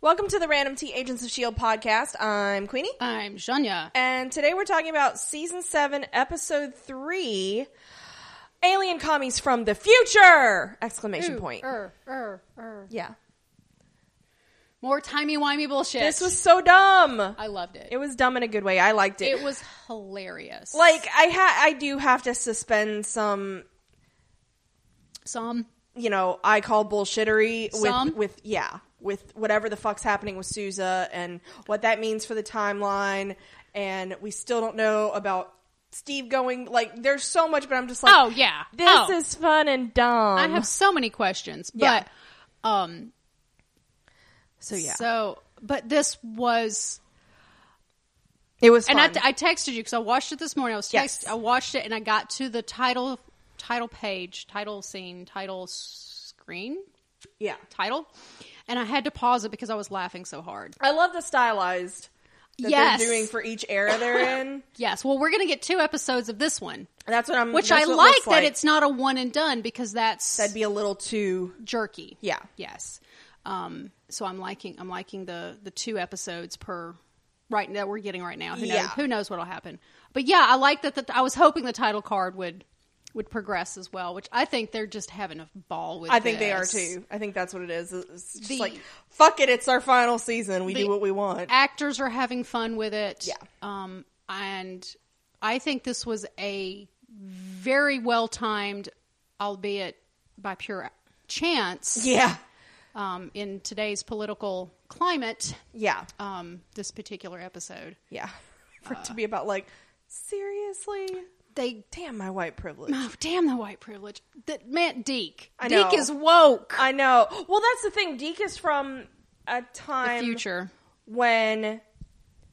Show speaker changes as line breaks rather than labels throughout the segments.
Welcome to the Random T Agents of S.H.I.E.L.D. E podcast. I'm Queenie.
I'm Shania.
And today we're talking about season seven, episode three Alien Commies from the Future! Exclamation point.
Er, er, er.
Yeah.
More timey-wimey bullshit.
This was so dumb.
I loved it.
It was dumb in a good way. I liked it.
It was hilarious.
like I ha- I do have to suspend some,
Some.
you know, I call bullshittery with
Some?
with yeah, with whatever the fuck's happening with Sousa and what that means for the timeline and we still don't know about Steve going like there's so much but I'm just like
Oh, yeah.
This
Oh.
is fun and dumb.
I have so many questions,
Yeah.
but um,
so yeah.
So, but this was,
it was fun.
and I, I texted you because I watched it this morning. I was text,
Yes.
I watched it, and I got to the title, title page, title scene, title screen,
yeah.
title, and I had to pause it because I was laughing so hard.
I love the stylized that
Yes.
they're doing for each era they're in.
Yes. Well, we're gonna get two episodes of this one,
That's what I'm
which
Mm-hmm. that's
I
what it
like
looks
that it's not a one and done because that's
that'd be a little too
jerky.
yeah.
Yes. Um, so I'm liking I'm liking the the two episodes per right that we're getting right now. Who knows,
Yeah.
who knows what'll happen. But yeah, I like that. The, I was hoping the title card would would progress as well, which I think they're just having a ball with.
I think they are
this.
too. I think that's what it is. It's just
The-
like fuck it, it's our final season. We
the
do what we want.
Actors are having fun with it.
Yeah.
Um, and I think this was a very well timed, albeit by pure chance,
yeah,
um, in today's political climate.
yeah,
um, this particular episode.
yeah. For
Uh.
it to be about like seriously,
They
damn my white privilege.
oh damn the white privilege. That meant Deke.
I
Deke
know.
is woke.
I know. Well, that's the thing. Deke is from a time
Future.
when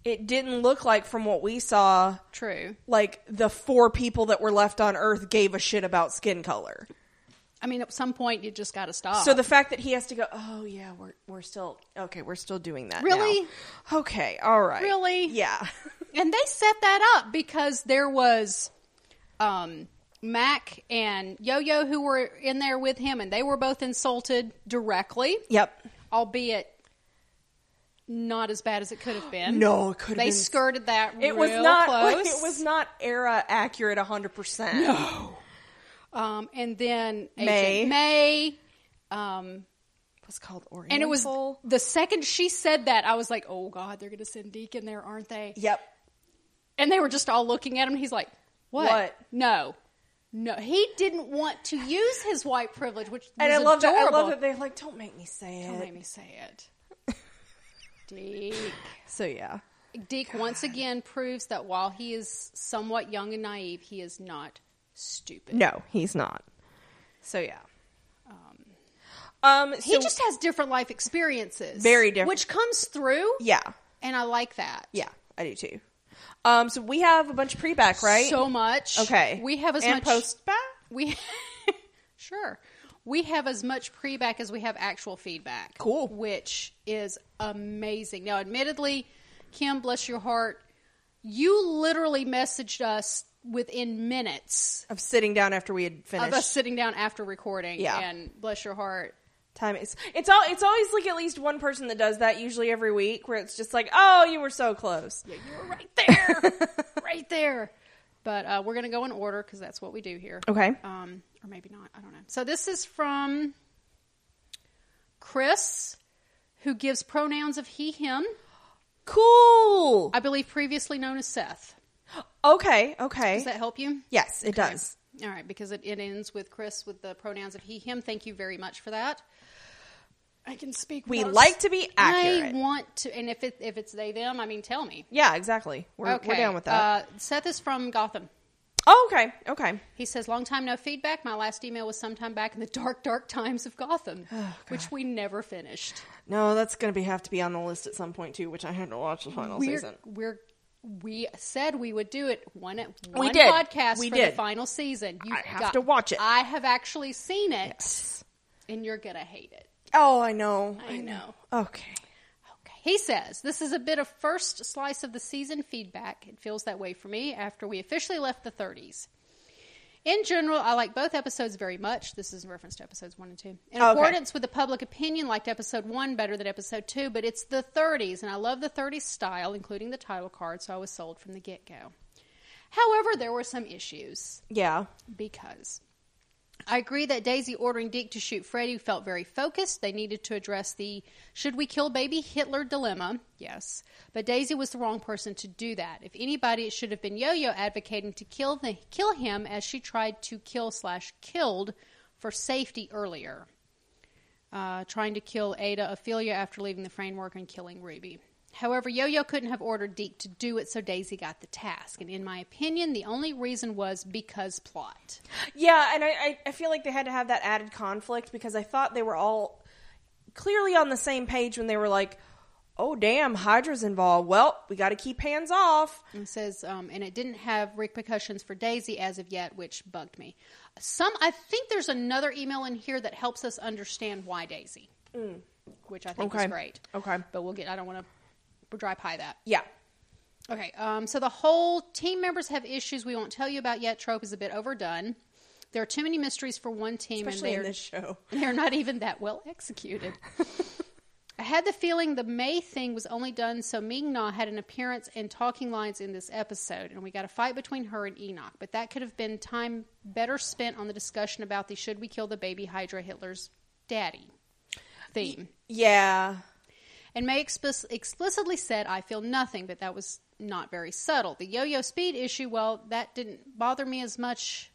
it didn't look like, from what we saw,
True.
like the four people that were left on Earth gave a shit about skin color.
I mean, at some point you just got to stop.
So the fact that he has to go, oh yeah, we're we're still okay, we're still doing that. now."
Really?
Okay, all right.
Really?
Yeah.
and they set that up because there was um, Mac and Yo Yo who were in there with him, and they were both insulted directly,
yep.
albeit not as bad as it could have been.
No, it could.
They skirted that.
It
real
was not.
Close.
It was not era accurate hundred percent. No.
Um, and then Agent
May.
May. Um,
What's called Oriental.
and it was the second she said that, I was like, "Oh God, they're going to send Deke in there, aren't they?"
Yep.
And they were just all looking at him. He's like, "What?
What?
No, no." He didn't want to use his white privilege, which
And I
was
love that. I
adorable.
love that they're like, don't make me say it.
Don't make me say it. Deke.
So yeah.
Deke once again proves that while he is somewhat young and naive, he is not stupid.
No, he's not. So yeah. Um.
He
so-
just has different life experiences,
Very different.
which comes through.
Yeah.
And I like that.
Yeah. I do too. Um. So we have a bunch of pre back, right?
So much.
okay.
We have as
and
much
post back.
we sure. We have as much pre back as we have actual feedback.
Cool.
Which is amazing. Now admittedly, Kim, bless your heart, you literally messaged us within minutes
Of sitting down after we had finished.
of us sitting down after recording.
Yeah.
And bless your heart.
time it's it's all it's always like at least one person that does that usually every week where it's just like oh you were so close
Yeah, you were right there. right there. But uh, we're going to go in order because that's what we do here.
okay
um, or maybe not. I don't know. So this is from Chris, who gives pronouns of he, him.
cool
I believe previously known as Seth.
okay okay
Does that help you?
yes it does
All right, because it, it ends with Chris with the pronouns of he, him. Thank you very much for that. I can speak.
we
without-
like to be
I
accurate
want to, and if it, if it's they them, I mean, tell me.
yeah exactly we're,
okay,
we're down with that
Uh, Seth is from Gotham.
oh okay okay
He says, "Long time no feedback. My last email was sometime back in the dark, dark times of Gotham,
Oh,
which we never finished.
no that's gonna be have to be on the list at some point too which i had to watch the final
we're,
season
we're we said we would do it one at
We
one
did.
podcast
We
for
did.
the final season. You
I have to watch it.
I have actually seen it, and you're gonna hate it.
oh i know
I know.
okay
Okay. He says, This is a bit of first slice of the season feedback. It feels that way for me after we officially left the 30s. In general, I like both episodes very much. This is in reference to episodes one and two. In
Okay.
accordance with the public opinion, liked episode one better than episode two, but it's the 30s, and I love the 30s style, including the title card, so I was sold from the get go. However, there were some issues
Yeah.
because I agree that Daisy ordering Deke to shoot Freddy felt very focused. They needed to address the should we kill baby Hitler dilemma, yes. But Daisy was the wrong person to do that. If anybody, it should have been Yo Yo advocating to kill, the, kill him as she tried to kill slash killed for safety earlier, uh, trying to kill Ada Ophelia after leaving the framework and killing Ruby. However, Yo Yo couldn't have ordered Deke to do it, so Daisy got the task. And in my opinion, the only reason was because plot.
Yeah, and I, I, I feel like they had to have that added conflict because I thought they were all clearly on the same page when they were like, oh, damn, Hydra's involved. Well, we got to keep hands off.
It says, um, and it didn't have repercussions for Daisy as of yet, which bugged me. Some, I think there's another email in here that helps us understand why Daisy, which I think is
Mm. Okay.
great.
Okay.
but we'll get. I don't want to dry pie that.
Yeah.
Okay, um, so the whole team members have issues we won't tell you about yet. Trope is a bit overdone. There are too many mysteries for one team,
Especially in
and they're
this show.
they're not even that well executed. I had the feeling the May thing was only done so Ming Na had an appearance and talking lines in this episode, and we got a fight between her and Enoch. But that could have been time better spent on the discussion about the should we kill the baby Hydra Hitler's daddy theme.
Yeah.
And May explic- explicitly said, I feel nothing, but that was not very subtle. The yo yo speed issue, well, that didn't bother me as much.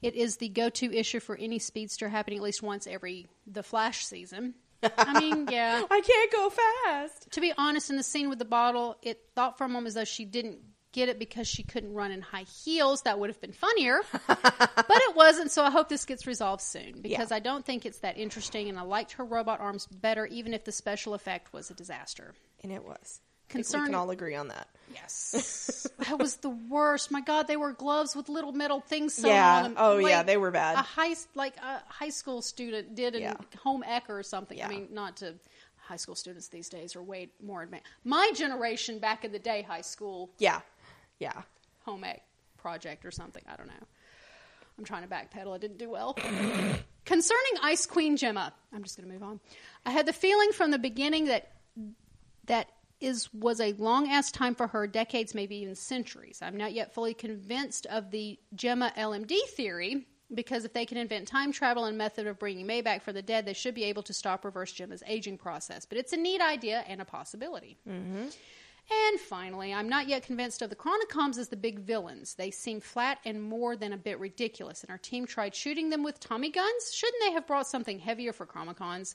It is the go to issue for any speedster happening at least once every the Flash season. I mean, yeah.
I can't go fast.
To be honest, in the scene with the bottle, it thought for a moment as though she didn't get it because she couldn't run in high heels. That would have been funnier, but it wasn't. So I hope this gets resolved soon because I don't think it's that interesting. And I liked her robot arms better, even if the special effect was a disaster.
And it was. I think We
Concern-
can all agree on that.
Yes. that was the worst. My God, they were gloves with little metal things sewn
Yeah.
on them.
Oh, yeah, they were bad.
A high, like a high school student did in
Yeah.
home ec or something. I
Yeah.
mean, not to high school students these days are way more advanced. My generation back in the day, high school
Yeah. Yeah.
home ec project or something. I don't know. I'm trying to backpedal. I didn't do well. Concerning Ice Queen Gemma, I'm just going to move on. I had the feeling from the beginning that that is was a long ass time for her, decades, maybe even centuries. I'm not yet fully convinced of the Gemma LMD theory because if they can invent time travel and method of bringing May back for the dead, they should be able to stop reverse Gemma's aging process. But it's a neat idea and a possibility. And finally, I'm not yet convinced of the Chronicoms as the big villains. They seem flat and more than a bit ridiculous, and our team tried shooting them with Tommy guns. Shouldn't they have brought something heavier for Chromicons,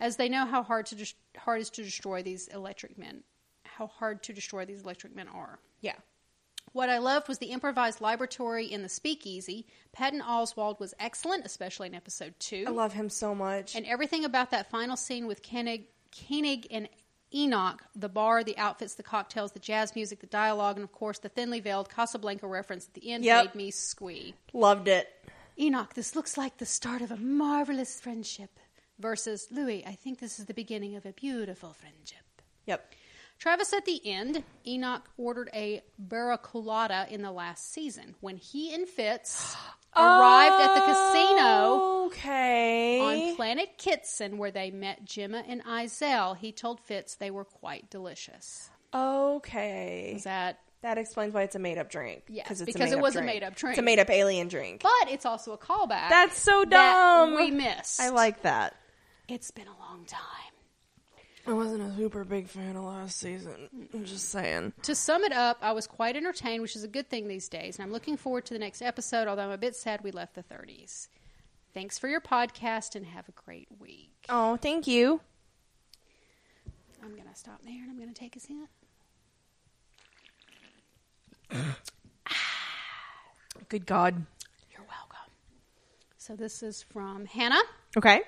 as they know how hard to des- hard is to destroy these electric men? How hard to destroy these electric men are.
Yeah.
What I loved was the improvised laboratory in the speakeasy. Patton Oswald was excellent, especially in episode two.
I love him so much.
And everything about that final scene with Koenig, Koenig and Enoch, the bar, the outfits, the cocktails, the jazz music, the dialogue, and of course the thinly veiled Casablanca reference at the end
Yep.
made me squee.
Loved it.
Enoch, this looks like the start of a marvelous friendship. Versus Louis, I think this is the beginning of a beautiful friendship.
Yep.
Travis at the end, Enoch ordered a barraculada in the last season. When he and Fitz arrived at the casino,
Okay.
on planet Kitson, where they met Gemma and Isel, he told Fitz they were quite delicious.
Okay.
Is that?
That explains why it's a made up drink.
Yes,
it's a
because it
made-up
was a
drink.
made-up drink.
It's a made up alien drink.
But it's also a callback.
That's so
that
dumb.
we missed.
I like that.
It's been a long time.
I wasn't a super big fan of last season. I'm just saying.
To sum it up, I was quite entertained, which is a good thing these days, and I'm looking forward to the next episode. Although I'm a bit sad we left the 30s. Thanks for your podcast and have a great week.
Oh, thank you.
I'm gonna stop there and I'm gonna take his hint.
Good God.
You're welcome. So this is from Hannah.
Okay.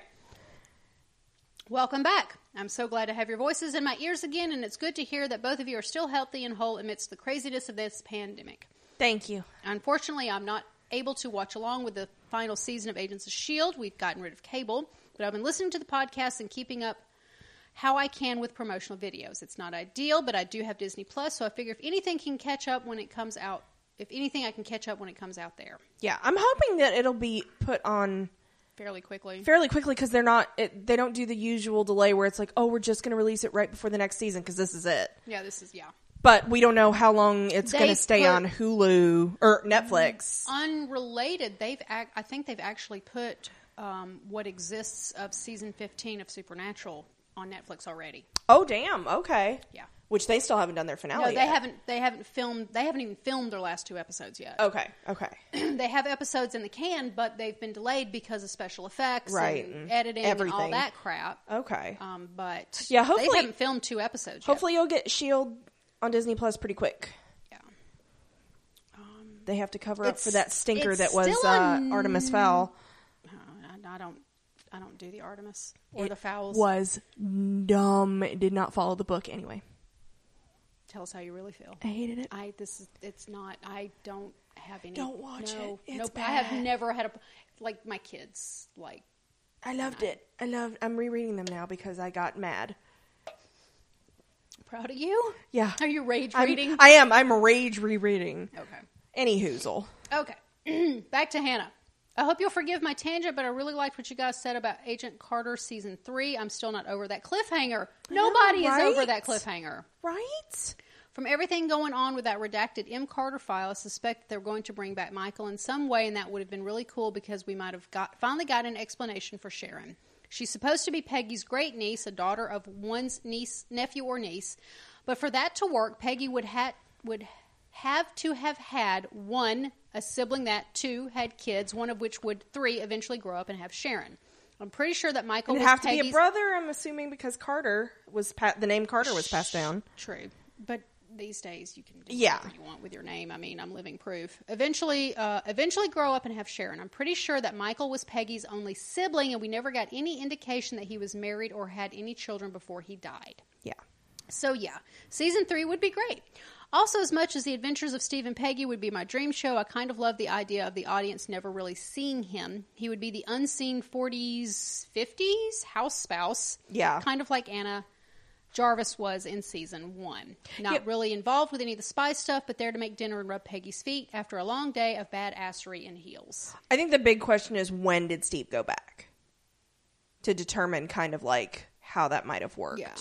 Welcome back. I'm so glad to have your voices in my ears again, and it's good to hear that both of you are still healthy and whole amidst the craziness of this pandemic.
Thank you.
Unfortunately, I'm not able to watch along with the final season of Agents of S.H.I.E.L.D. E We've gotten rid of cable, but I've been listening to the podcast and keeping up how I can with promotional videos. It's not ideal, but I do have Disney Plus, so I figure if anything can catch up when it comes out, if anything, I can catch up when it comes out there
Yeah, I'm hoping that it'll be put on
fairly quickly.
fairly quickly because they're not it, they don't do the usual delay where it's like oh we're just going to release it right before the next season because this is it.
yeah, this is yeah.
But we don't know how long it's
They
going to stay
put- Mm-hmm.
on Hulu or Netflix.
Unrelated, they've ac- I think they've actually put um, what exists of season fifteen of Supernatural on Netflix already.
Oh damn. Okay.
Yeah.
Which they still haven't done their finale.
No, they
yet.
haven't. They haven't filmed. They haven't even filmed their last two episodes yet.
Okay. Okay.
they have episodes in the can, but they've been delayed because of special effects,
Right,
and
and
editing, and all
everything.
that crap.
Okay.
Um, but
Yeah,
they
hopefully-
haven't filmed two episodes.
Hopefully you'll get Shield E on Disney Plus pretty quick.
yet. Yeah.
They have to cover up
It's-
for that stinker
it's
that was
still
uh,
on-
Artemis Fowl.
Uh, I, I don't. I don't do the Artemis or
It
the fowls.
Was dumb. It did not follow the book anyway.
Tell us how you really feel.
I hated it.
I this is it's not. I don't have any.
Don't watch
no,
it. It's
nope. I have
bad.
never had a like my kids like.
I loved it. I loved. I'm rereading them now because I got mad.
Proud of you.
Yeah.
Are you rage
I'm-
reading?
I am. I'm rage rereading.
okay.
Any hoozle.
Okay. Back to Hannah. I hope you'll forgive my tangent, but I really liked what you guys said about Agent Carter season three. I'm still not over that cliffhanger. Nobody
right?
is over that cliffhanger.
Right?
From everything going on with that redacted M. Carter file, I suspect that they're going to bring back Michael in some way, and that would have been really cool because we might have got finally got an explanation for Sharon. She's supposed to be Peggy's great niece, a daughter of one's niece, nephew, or niece, but for that to work, Peggy would ha- would have to have had one a sibling that two had kids, one of which would three eventually grow up and have Sharon. I'm pretty sure that Michael
It'd
was
have to be a
Peggy's-
brother, I'm assuming, because Carter was pa- the name Carter was passed down.
True, but these days you can do
Yeah.
whatever you want with your name. I mean, I'm living proof. Eventually, uh, eventually, grow up and have Sharon. I'm pretty sure that Michael was Peggy's only sibling, and we never got any indication that he was married or had any children before he died.
Yeah.
So yeah, season three would be great. Also, as much as the adventures of Steve and Peggy would be my dream show, I kind of love the idea of the audience never really seeing him. He would be the unseen 40s, 50s house spouse.
Yeah.
Kind of like Anna Jarvis was in season one. Not
Yep.
really involved with any of the spy stuff, but there to make dinner and rub Peggy's feet after a long day of badassery in heels.
I think the big question is when did Steve go back? To determine kind of like how that might have worked.
Yeah.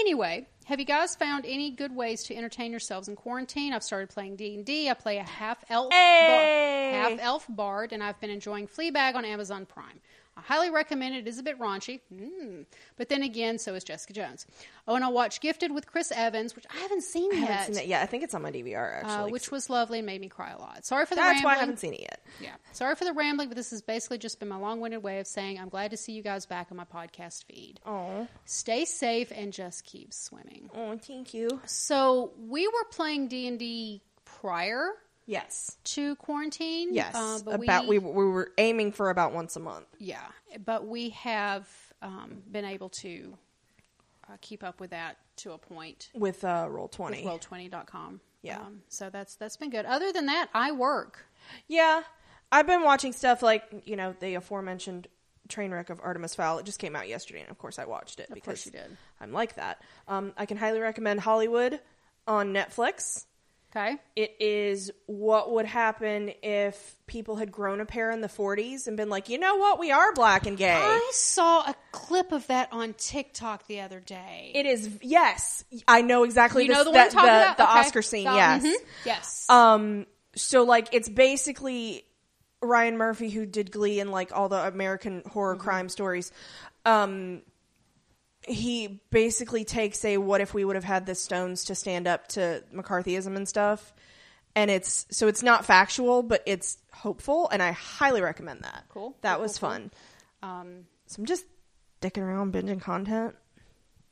Anyway, have you guys found any good ways to entertain yourselves in quarantine? I've started playing D and D. I play a half elf,
Hey!
bar- half elf bard, and I've been enjoying Fleabag on Amazon Prime. I highly recommend it. It is a bit raunchy, mm. but then again, so is Jessica Jones. Oh, and I watched Gifted with Chris Evans, which I haven't seen
I
yet,
haven't seen that. Yeah, I think it's on my DVR
uh,
actually.
which was lovely and made me cry a lot. Sorry for the
that's why I
rambling.
haven't seen it yet.
Yeah. Sorry for the rambling, but this has basically just been my long winded way of saying I'm glad to see you guys back on my podcast feed.
Oh,
Stay safe and just keep swimming.
oh, thank you.
So we were playing D and D prior
Yes,
to quarantine.
yes.
uh, but
about we, we were aiming for about once a month.
yeah, but we have um, been able to uh, keep up with that to a point.
with uh, roll 20
With roll20.com.
Yeah.
Um, so that's that's been good. Other than that, I work.
yeah i've been watching stuff like you know the aforementioned train wreck of artemis fowl it just came out yesterday and of course i watched it
Of
because
course you did.
i'm like that um, i can highly recommend hollywood on netflix
Okay.
it is what would happen if people had grown a pair in the 40s and been like you know what we are black and gay
I saw a clip of that on TikTok the other day.
it is yes i know exactly
you
this-
know the one
that-
I'm talking
the,
about?
the
Okay.
oscar scene
The-
yes
mhm. Yes.
Um, so like it's basically Ryan Murphy who did Glee and like all the American horror
Mm-hmm.
crime stories. Um, he basically takes a what if we would have had the Stones to stand up to McCarthyism and stuff, and it's so it's not factual, but it's hopeful, and I highly recommend that.
Cool.
that
Cool,
was
cool, cool.
fun.
um,
So I'm just dicking around binging content.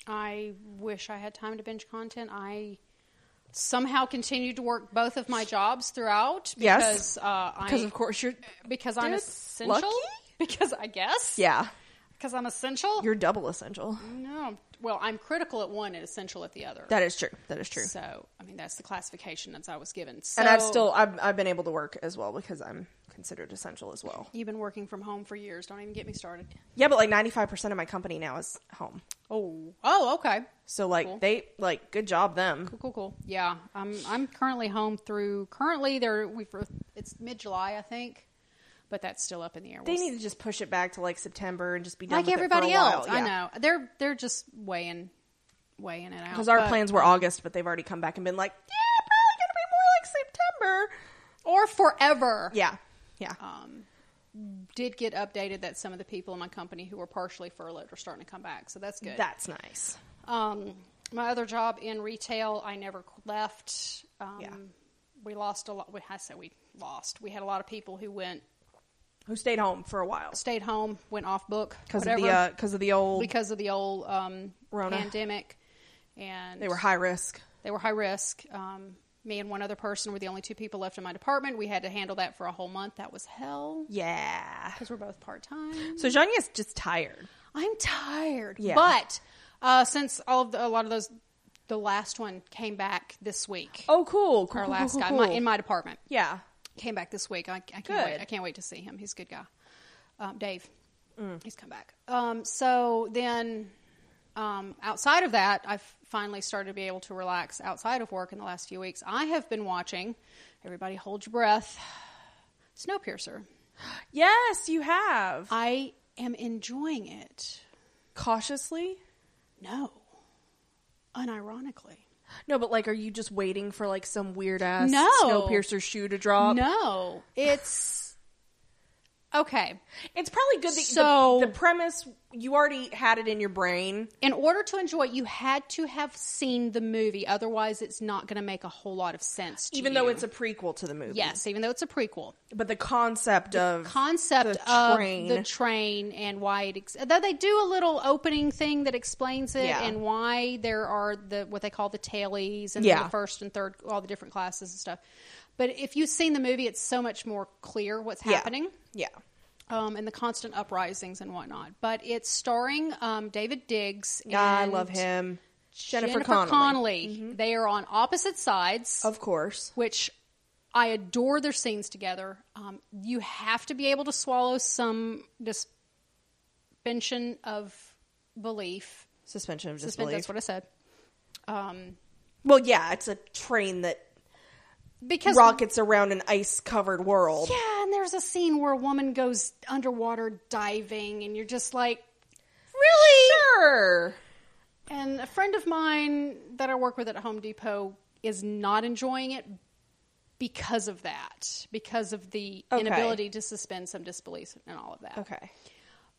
I wish I had time to binge content. I somehow continued to work both of my jobs throughout because
Yes.
uh,
Because
I
of course you're,
because I'm
That's
essential.
lucky.
Because I guess
yeah,
because I'm essential.
you're double essential.
no, well, I'm critical at one and essential at the other.
That is true. That is true.
So I mean that's the classification that I was given. So,
and I've still I've, I've been able to work as well because I'm considered essential as well.
You've been working from home for years. Don't even get me started.
Yeah, but like 95% of my company now is home.
Oh, oh, okay.
So like
Cool.
they like good job them.
Cool, cool, cool. Yeah, I'm I'm currently home through currently there we have it's mid July I think, but that's still up in the air.
They
We'll
need to just push it back to like September and just be done
like
with it for a
everybody
while.
else. I
Yeah.
know they're they're just weighing weighing it out
Because our
but-
plans were August, but they've already come back and been like, yeah, probably going to be more like September.
or forever.
Yeah. Yeah.
Um, did get updated that some of the people in my company who were partially furloughed are starting to come back, so that's good.
That's nice.
Um, my other job in retail, I never left. Um,
Yeah.
We lost a lot. We, I said we lost. We had a lot of people who went,
Who stayed home for a while
stayed home, went off book
because of the
whatever,
uh, cause of the old.
because of the old um,
Rona.
pandemic, and
they were high risk.
they were high risk. Um, me and one other person were the only two people left in my department. We had to handle that for a whole month. That was hell
Yeah.
because we're both part time.
So Janya's just tired.
I'm tired.
Yeah.
But uh, since all of the, a lot of those, the last one came back this week.
Oh, cool.
our last guy my, in my department
yeah.
came back this week. I, I can't
Good.
wait. I can't wait to see him. He's a good guy. Um, Dave, he's come back. Um, so then, um, outside of that, I've finally started to be able to relax outside of work in the last few weeks. I have been watching. Everybody, hold your breath. Snowpiercer.
Yes, you have.
I am enjoying it.
Cautiously?
No, unironically.
No, but like, are you just waiting for like some weird ass
No.
Snowpiercer shoe to drop?
No, it's okay.
It's probably good that
So-
the, the premise, you already had it in your brain.
in order to enjoy it, you had to have seen the movie. Otherwise, it's not going to make a whole lot of sense. To
even though
you.
it's a prequel to the movie.
yes, even though it's a prequel
but the concept of
concept
The
of
train.
the train and why it. Ex- though they do a little opening thing that explains it
Yeah.
and why there are the what they call the tailies and
Yeah.
the first and third, all the different classes and stuff. But if you've seen the movie, it's so much more clear what's
Yeah.
happening
yeah,
um, and the constant uprisings and whatnot. But it's starring um, David Diggs. And
I love him, Jennifer, Connelly, Mm-hmm.
They are on opposite sides,
of course.
which I adore their scenes together. Um, you have to be able to swallow some suspension of belief.
Suspension of
Suspension,
disbelief.
that's what I said. Um,
well, yeah, it's a train that
because
rockets around an ice-covered world.
Yeah, and there's a scene where a woman goes underwater diving, and you're just like, really?
Sure.
And a friend of mine that I work with at Home Depot is not enjoying it because of that, because of the
Okay.
inability to suspend some disbelief and all of that.
Okay.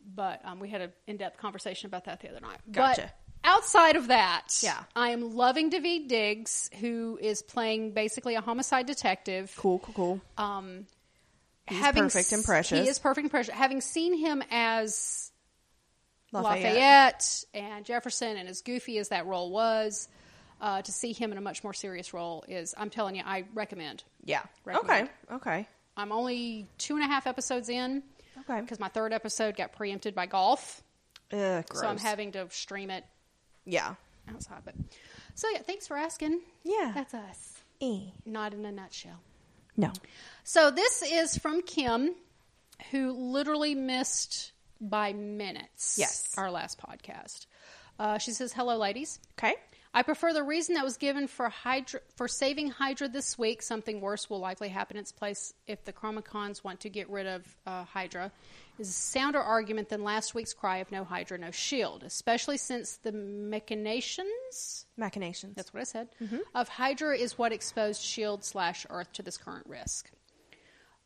But um, we had an in depth conversation about that the other night.
Gotcha.
But outside of that,
Yeah.
I am loving David Diggs, who is playing basically a homicide detective
Cool. Cool. Cool.
um,
He's perfect and
s-
precious.
He is perfect and precious. Having seen him as
Lafayette.
Lafayette, and Jefferson, and as goofy as that role was, uh, to see him in a much more serious role is, I'm telling you, I recommend.
Yeah.
Recommend.
Okay. Okay.
I'm only two and a half episodes in
Okay.
because my third episode got preempted by golf,
Ugh, gross.
so I'm having to stream it
yeah.
outside. But so yeah, thanks for asking.
Yeah.
that's us.
E.
Not in a nutshell.
No.
So this is from Kim, who literally missed by minutes.
Yes.
our last podcast. Uh, she says, "Hello, ladies.
Okay.
I prefer the reason that was given for Hydra for saving Hydra this week. Something worse will likely happen in its place if the Chromacons want to get rid of uh, Hydra. Is a sounder argument than last week's cry of no Hydra, no Shield, especially since the machinations."
Machinations.
That's what I said.
Mm-hmm.
Of Hydra is what exposed Shield E slash Earth to this current risk.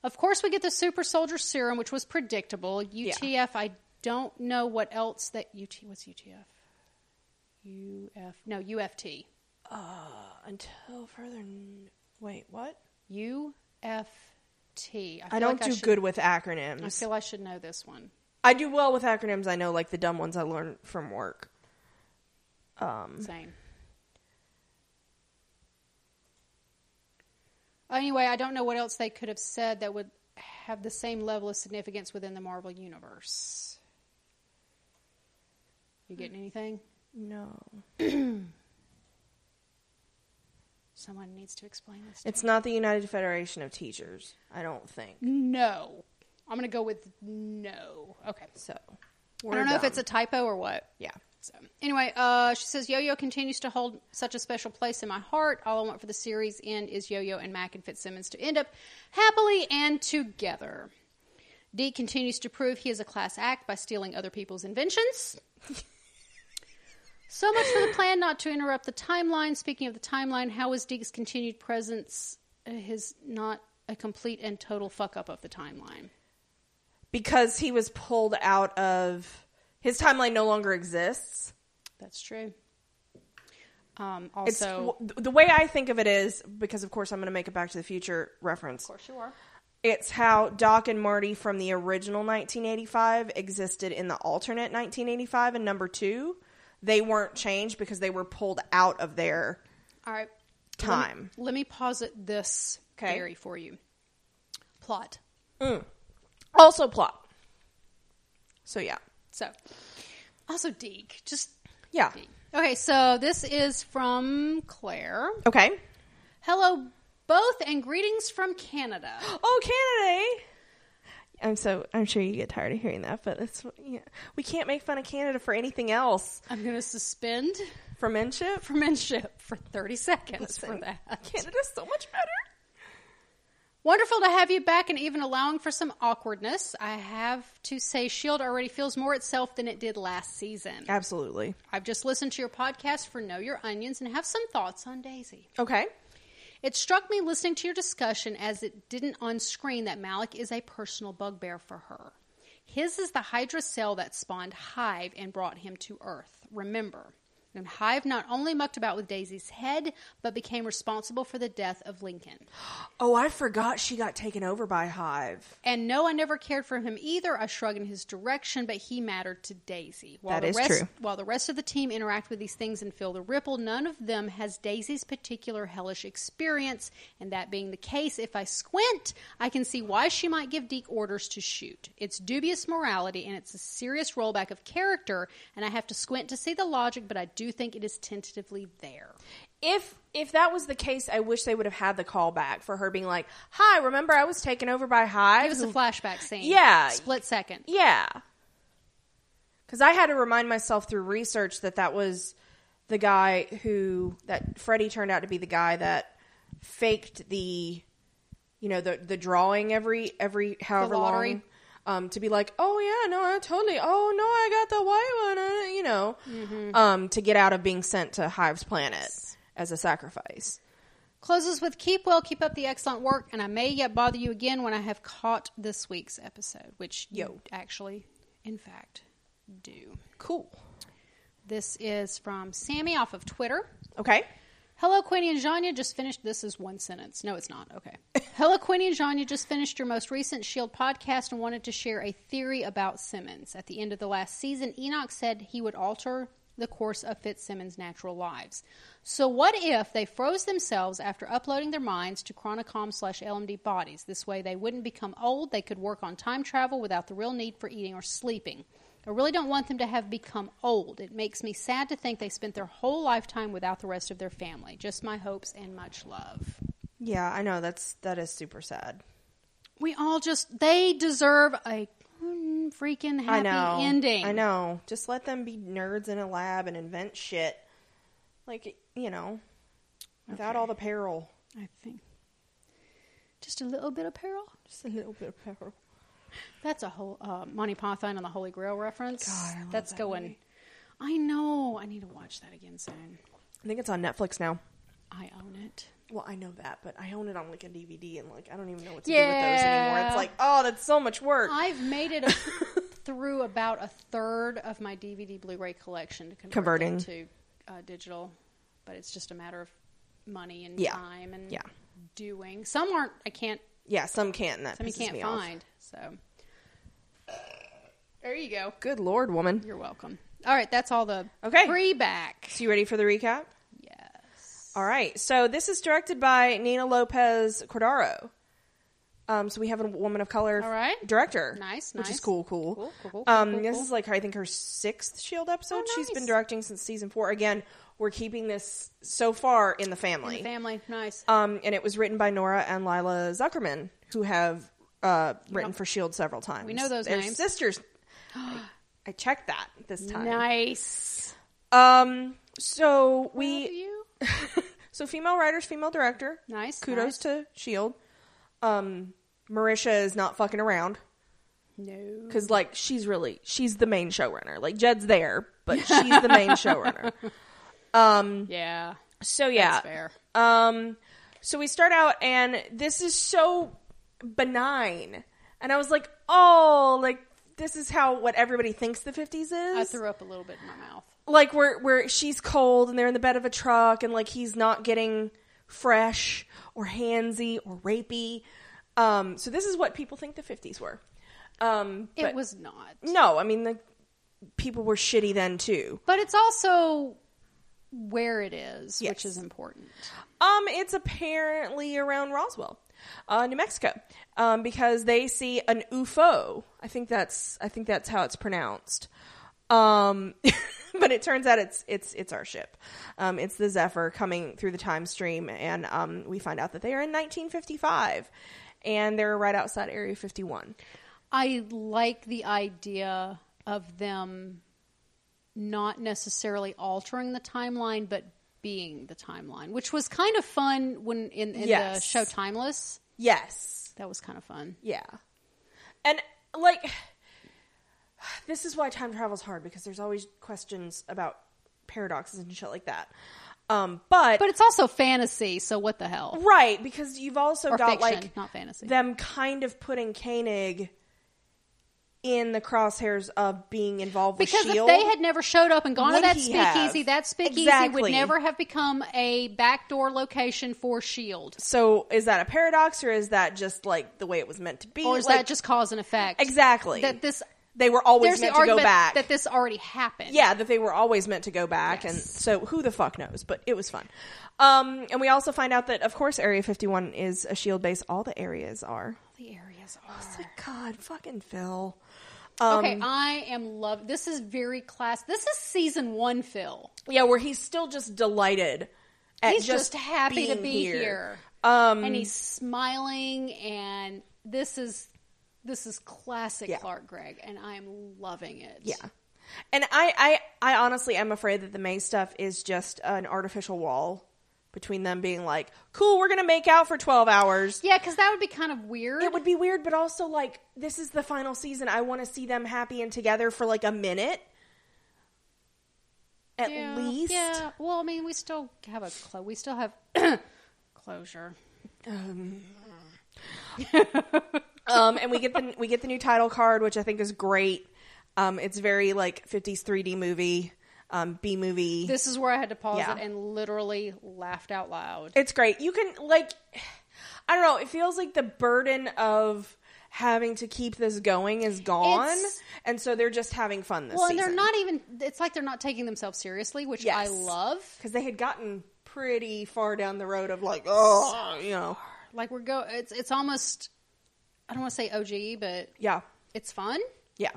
Of course, we get the super soldier serum, which was predictable. UTF, I don't know what else that UT. What's UTF? UF. No, UFT.
uh, until further. N- Wait. What?
UFT. I,
I
feel
don't
like I
do
should-
good with acronyms.
I feel I should know this one.
I do well with acronyms. I know like the dumb ones I learned from work. Um,
Same. Anyway, I don't know what else they could have said that would have the same level of significance within the Marvel Universe. You getting anything?
no.
Someone needs to explain this. to
It's not the United Federation of Teachers, I don't think.
No. I'm going to go with no. Okay.
So
I don't know if it's a typo or what.
yeah.
So anyway, uh, she says Yo-Yo continues to hold such a special place in my heart. All I want for the series end is Yo-Yo and Mac and Fitzsimmons to end up happily and together. D continues to prove he is a class act by stealing other people's inventions. so much for the plan not to interrupt the timeline. Speaking of the timeline, how is Deke's continued presence uh, his not a complete and total fuck up of the timeline?
Because he was pulled out of his timeline no longer exists.
That's true. Um,
It's
also,
w- the way I think of it is because of course I'm going to make a back to the future reference.
course you are.
It's how Doc and Marty from the original 1985 existed in the alternate 1985 and number 2. They weren't changed because they were pulled out of their
All right.
time.
Let, me posit this
'Kay.
theory for you. Plot.
Also plot. So yeah.
So, also Deke. Just
Yeah.
Deke. Okay, so this is from Claire.
Okay.
Hello, both, and greetings from Canada.
Oh, Canada. eh? I'm so I'm sure you get tired of hearing that, but it's yeah. We can't make fun of Canada for anything else.
I'm going to suspend
For menship,
friendship for 30 seconds for
Listen,
that.
Canada's so much better.
Wonderful to have you back and even allowing for some awkwardness. I have to say, S.H.I.E.L.D. E already feels more itself than it did last season.
Absolutely.
I've just listened to your podcast for Know Your Onions and have some thoughts on Daisy.
Okay.
It struck me listening to your discussion as it didn't on screen that Malik is a personal bugbear for her. His is the Hydra cell that spawned Hive and brought him to Earth. Remember. And Hive not only mucked about with Daisy's head, but became responsible for the death of Lincoln.
Oh, I forgot she got taken over by Hive.
And no, I never cared for him either. I shrug in his direction, but he mattered to Daisy. While
That
the
is
rest,
true.
While the rest of the team interact with these things and feel the ripple, none of them has Daisy's particular hellish experience. And that being the case, if I squint, I can see why she might give Deke orders to shoot. It's dubious morality, and it's a serious rollback of character. And I have to squint to see the logic, but I do think it is tentatively there.
If if that was the case, I wish they would have had the callback for her being like, "Hi, remember I was taken over by Hive."
It was a flashback scene.
Yeah.
split second.
Yeah. Because I had to remind myself through research that that was the guy who, that Freddie turned out to be the guy that faked the, you know, the, the drawing every, every, however
lottery.
long. Um, to be like, oh yeah, no, I totally, oh no, I got the white one, uh, you know, um, to get out of being sent to Hive's planet as a sacrifice.
Closes with keep well, keep up the excellent work, and I may yet bother you again when I have caught this week's episode, which you
Yo.
actually, in fact, do.
Cool.
This is from Sammy off of Twitter.
Okay.
Hello, Quinny and Janya. Just finished. This is one sentence. No, it's not. Okay. Hello, Quinny and Janya. Just finished your most recent Shield E podcast and wanted to share a theory about Simmons. At the end of the last season, Enoch said he would alter the course of Fitzsimmons' natural lives. So, what if they froze themselves after uploading their minds to Chronicom slash LMD bodies? This way, they wouldn't become old. They could work on time travel without the real need for eating or sleeping. I really don't want them to have become old. It makes me sad to think they spent their whole lifetime without the rest of their family. Just my hopes and much love.
Yeah, I know that's, that is super sad.
We all just, they deserve a mm, freaking happy
I know.
ending.
I know. Just let them be nerds in a lab and invent shit. Like, you know, without all the peril.
I think. Just a little bit of peril.
Just a little bit of peril.
That's a whole uh, Monty Python and the Holy Grail reference.
God, I love
That's
that
going.
movie.
I know. I need to watch that again soon.
I think it's on Netflix now.
I own it.
Well, I know that, but I own it on like a DVD and like I don't even know what to do with those anymore.
Yeah.
It's like, oh, that's so much work.
I've made it a, through about a third of my DVD Blu-ray collection to convert
Converting.
that to uh, digital, but it's just a matter of money and
Yeah.
time and
Yeah.
doing. Some aren't. I can't.
yeah, some can't. And that
Some you
pisses
can't
me Off.
find. So there you go.
Good lord, woman.
You're welcome. All right, that's all the
Okay.
free back.
So you ready for the recap?
Yes.
All right. So this is directed by Nina Lopez Cordaro. Um, so we have a woman of color
All right.
director.
Nice,
Which
nice.
is cool, cool.
Cool, cool, cool,
um,
cool,
this
cool.
is like, I think, her sixth S.H.I.E.L.D. E episode.
Oh,
She's been
nice.
directing since season four. Again, we're keeping this so far in the family.
Family, nice.
Um, and it was written by Nora and Lila Zuckerman, who have uh, written for S.H.I.E.L.D. several times.
know those
They're
names.
sisters. I, I checked that this time.
Nice.
Um, so
Proud of
we,
you.
so female writers, female director.
Nice,
Kudos
nice.
to S.H.I.E.L.D. E Um, Marisha is not fucking around.
No.
Cause like she's really she's the main showrunner. Like Jed's there, but she's the main showrunner. Um.
Yeah.
So yeah.
That's fair.
Um, so we start out, and this is so benign, and I was like, oh, like this is how what everybody thinks the fifties
I
is.
threw up a little bit in my mouth.
like where where she's cold, and they're in the bed of a truck, and like he's not getting fresh or handsy or rapey. Um, so this is what people think the fifties were. Um,
It
but
was not.
no, I mean the people were shitty then too.
But it's also where it is,
Yes.
which is important.
Um, it's apparently around Roswell, uh, New Mexico, um, because they see an UFO. I think that's I think that's how it's pronounced. Um, but it turns out it's it's it's our ship. Um, it's the Zephyr coming through the time stream, and um, we find out that they are in 1955, and they're right outside Area 51.
I like the idea of them not necessarily altering the timeline, but being the timeline, which was kind of fun when in, in the
Yes.
show Timeless.
Yes,
That was kind of fun.
Yeah. And like this is why time travel's hard because there's always questions about paradoxes and shit like that. Um but,
But it's also fantasy, so what the hell?
right because you've also
Or
got
fiction,
like
not fantasy.
them kind of putting Koenig in the crosshairs of being involved
Because
with
if
Shield.
they had never showed up and gone to
Would
that
he have?
speakeasy, that speakeasy would
Exactly.
never have become a backdoor location for S.H.I.E.L.D.
so is that a paradox or is that just like the way it was meant to be?
Or is
Like,
that just cause and effect?
Exactly.
That this
they were always
there's the
meant to go
argument
back.
that this already happened.
yeah, that they were always meant to go back, and
Yes.
so who the fuck knows? But it was fun. Um, and we also find out that, of course, Area 51 is a shield base. All the areas are.
The areas
It's
are.
like, God, fucking Phil.
okay, I am love. This is very class. This is season one, Phil.
Yeah, where he's still just delighted at
He's just, happy to
being
be here,
Um,
and he's smiling. And this is this is classic
Yeah.
Clark Gregg, and I am loving it.
Yeah. And I, I, I honestly am afraid that the May stuff is just an artificial wall between them being like, cool, we're going to make out for 12 hours.
yeah, because that would be kind of weird.
It would be weird, but also like this is the final season. I want to see them happy and together for like a minute, at
yeah,
least.
Yeah. Well, I mean, we still have a clo- we still have closure.
Um, and we get the we get the new title card, which I think is great. Um, it's very like fifties three D movie, um, B movie.
This is where I had to pause
Yeah.
it and literally laughed out loud.
It's great. You can like I don't know, it feels like the burden of having to keep this going is gone.
It's-
and so they're just having fun this
Well, and
season.
they're not even. It's like they're not taking themselves seriously, which I
Yes.
love.
because they had gotten pretty far down the road of like, oh, you know,
Like we're go. It's it's almost. I don't want to say OGE, but
yeah,
it's fun.
yeah.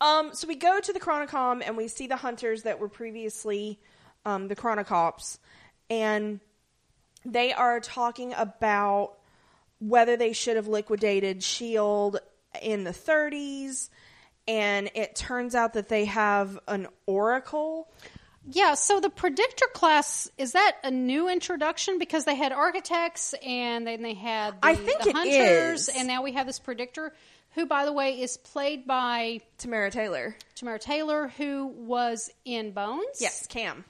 Um, so we go to the Chronicom and we see the hunters that were previously um, the Chronocops, and they are talking about whether they should have liquidated Shield E in the 30s. And it turns out that they have an oracle.
Yeah. So the predictor class is that a new introduction because they had architects and then they had the,
I think
the
it is.
hunters and now we have this predictor who, by the way, is played by
Tamara Taylor.
Tamara Taylor, who was in Bones.
Yes, Cam.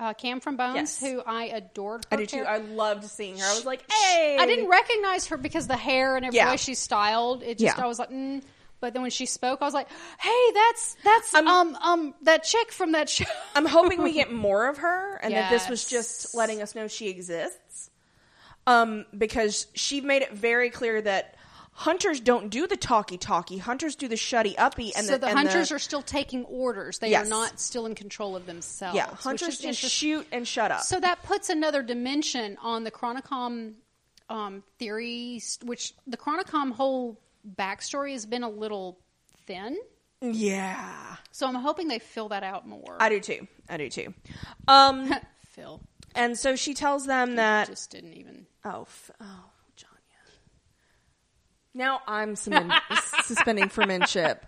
Uh, Cam from Bones,
Yes.
who I adored.
I
her
do too.
character.
I loved seeing her. I was like, hey.
I didn't recognize her because the hair and every
Yeah.
way she's styled. It just
Yeah.
I was like, mm. but then when she spoke, I was like, hey, that's that's um
I'm-
um, that chick from that show.
I'm hoping we get more of her and that this was
Yes.
just letting us know she exists. Um, because she made it very clear that hunters don't do the talkie talkie, hunters do the shutty uppy and
so the,
and
hunters are still taking orders. They are
Yes.
not still in control of themselves.
Yeah,
which is
hunters just
interesting.
shoot and shut up.
So that puts another dimension on the Chronicom um, theories, which the Chronicom whole backstory has been a little thin.
Yeah.
So I'm hoping they fill that out more.
I do too. I do too. Um,
Phil
and so she tells them that.
just didn't even.
Oh, f- oh, John. Yeah. Now I'm sumen- suspending friendship.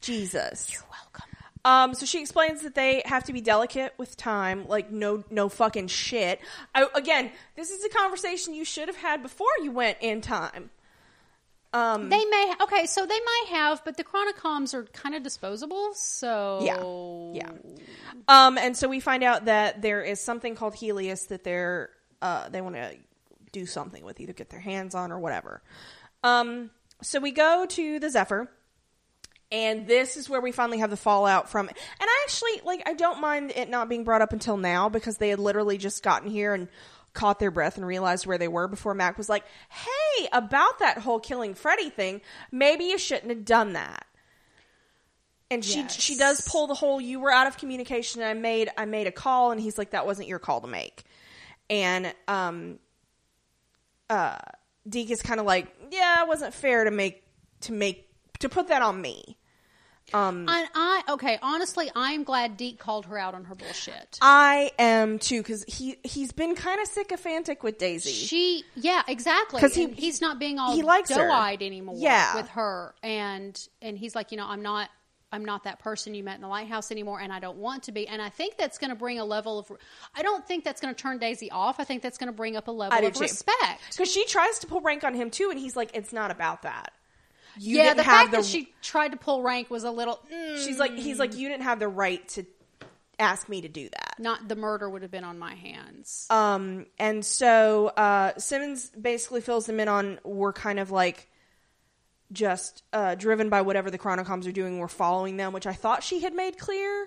Jesus.
Welcome.
Um, so she explains that they have to be delicate with time, like no, no fucking shit. I, again, this is a conversation you should have had before you went in time. Um,
They may okay, so they might have, but the Chronicoms are kind of disposable, so
Yeah. Oh. um, and so we find out that there is something called Helios that they're uh, they want to do something with, either get their hands on or whatever. Um, so we go to the Zephyr, and this is where we finally have the fallout from. And I actually like I don't mind it not being brought up until now because they had literally just gotten here and caught their breath and realized where they were before Mac was like, "Hey, about that whole killing Freddy thing, maybe you shouldn't have done that." And she
Yes.
she does pull the whole "you were out of communication." And I made I made a call, and he's like, "That wasn't your call to make." And um, uh, Deke is kind of like, yeah, it wasn't fair to make to make to put that on me. Mm.
And I okay, honestly, I'm glad Deke called her out on her bullshit.
I am too because he he's been kind of sycophantic with Daisy.
She, yeah, exactly.
'Cause he-
And he's not being all
he likes her.
doe-eyed anymore
Yeah.
with her, and and he's like, you know, I'm not, I'm not that person you met in the lighthouse anymore, and I don't want to be. And I think that's going to bring a level of, I don't think that's going to turn Daisy off. I think that's going to bring up a level
I do
of
too.
respect.
Because she tries to pull rank on him too, and he's like, it's not about that. You
yeah,
didn't
the
have
fact that she tried to pull rank was a little mm,
she's like he's like you didn't have the right to ask me to do that.
not. The murder would have been on my hands.
Um, and so uh, Simmons basically fills them in on we're kind of like just uh, driven by whatever the Chronocoms are doing. We're following them, which I thought she had made clear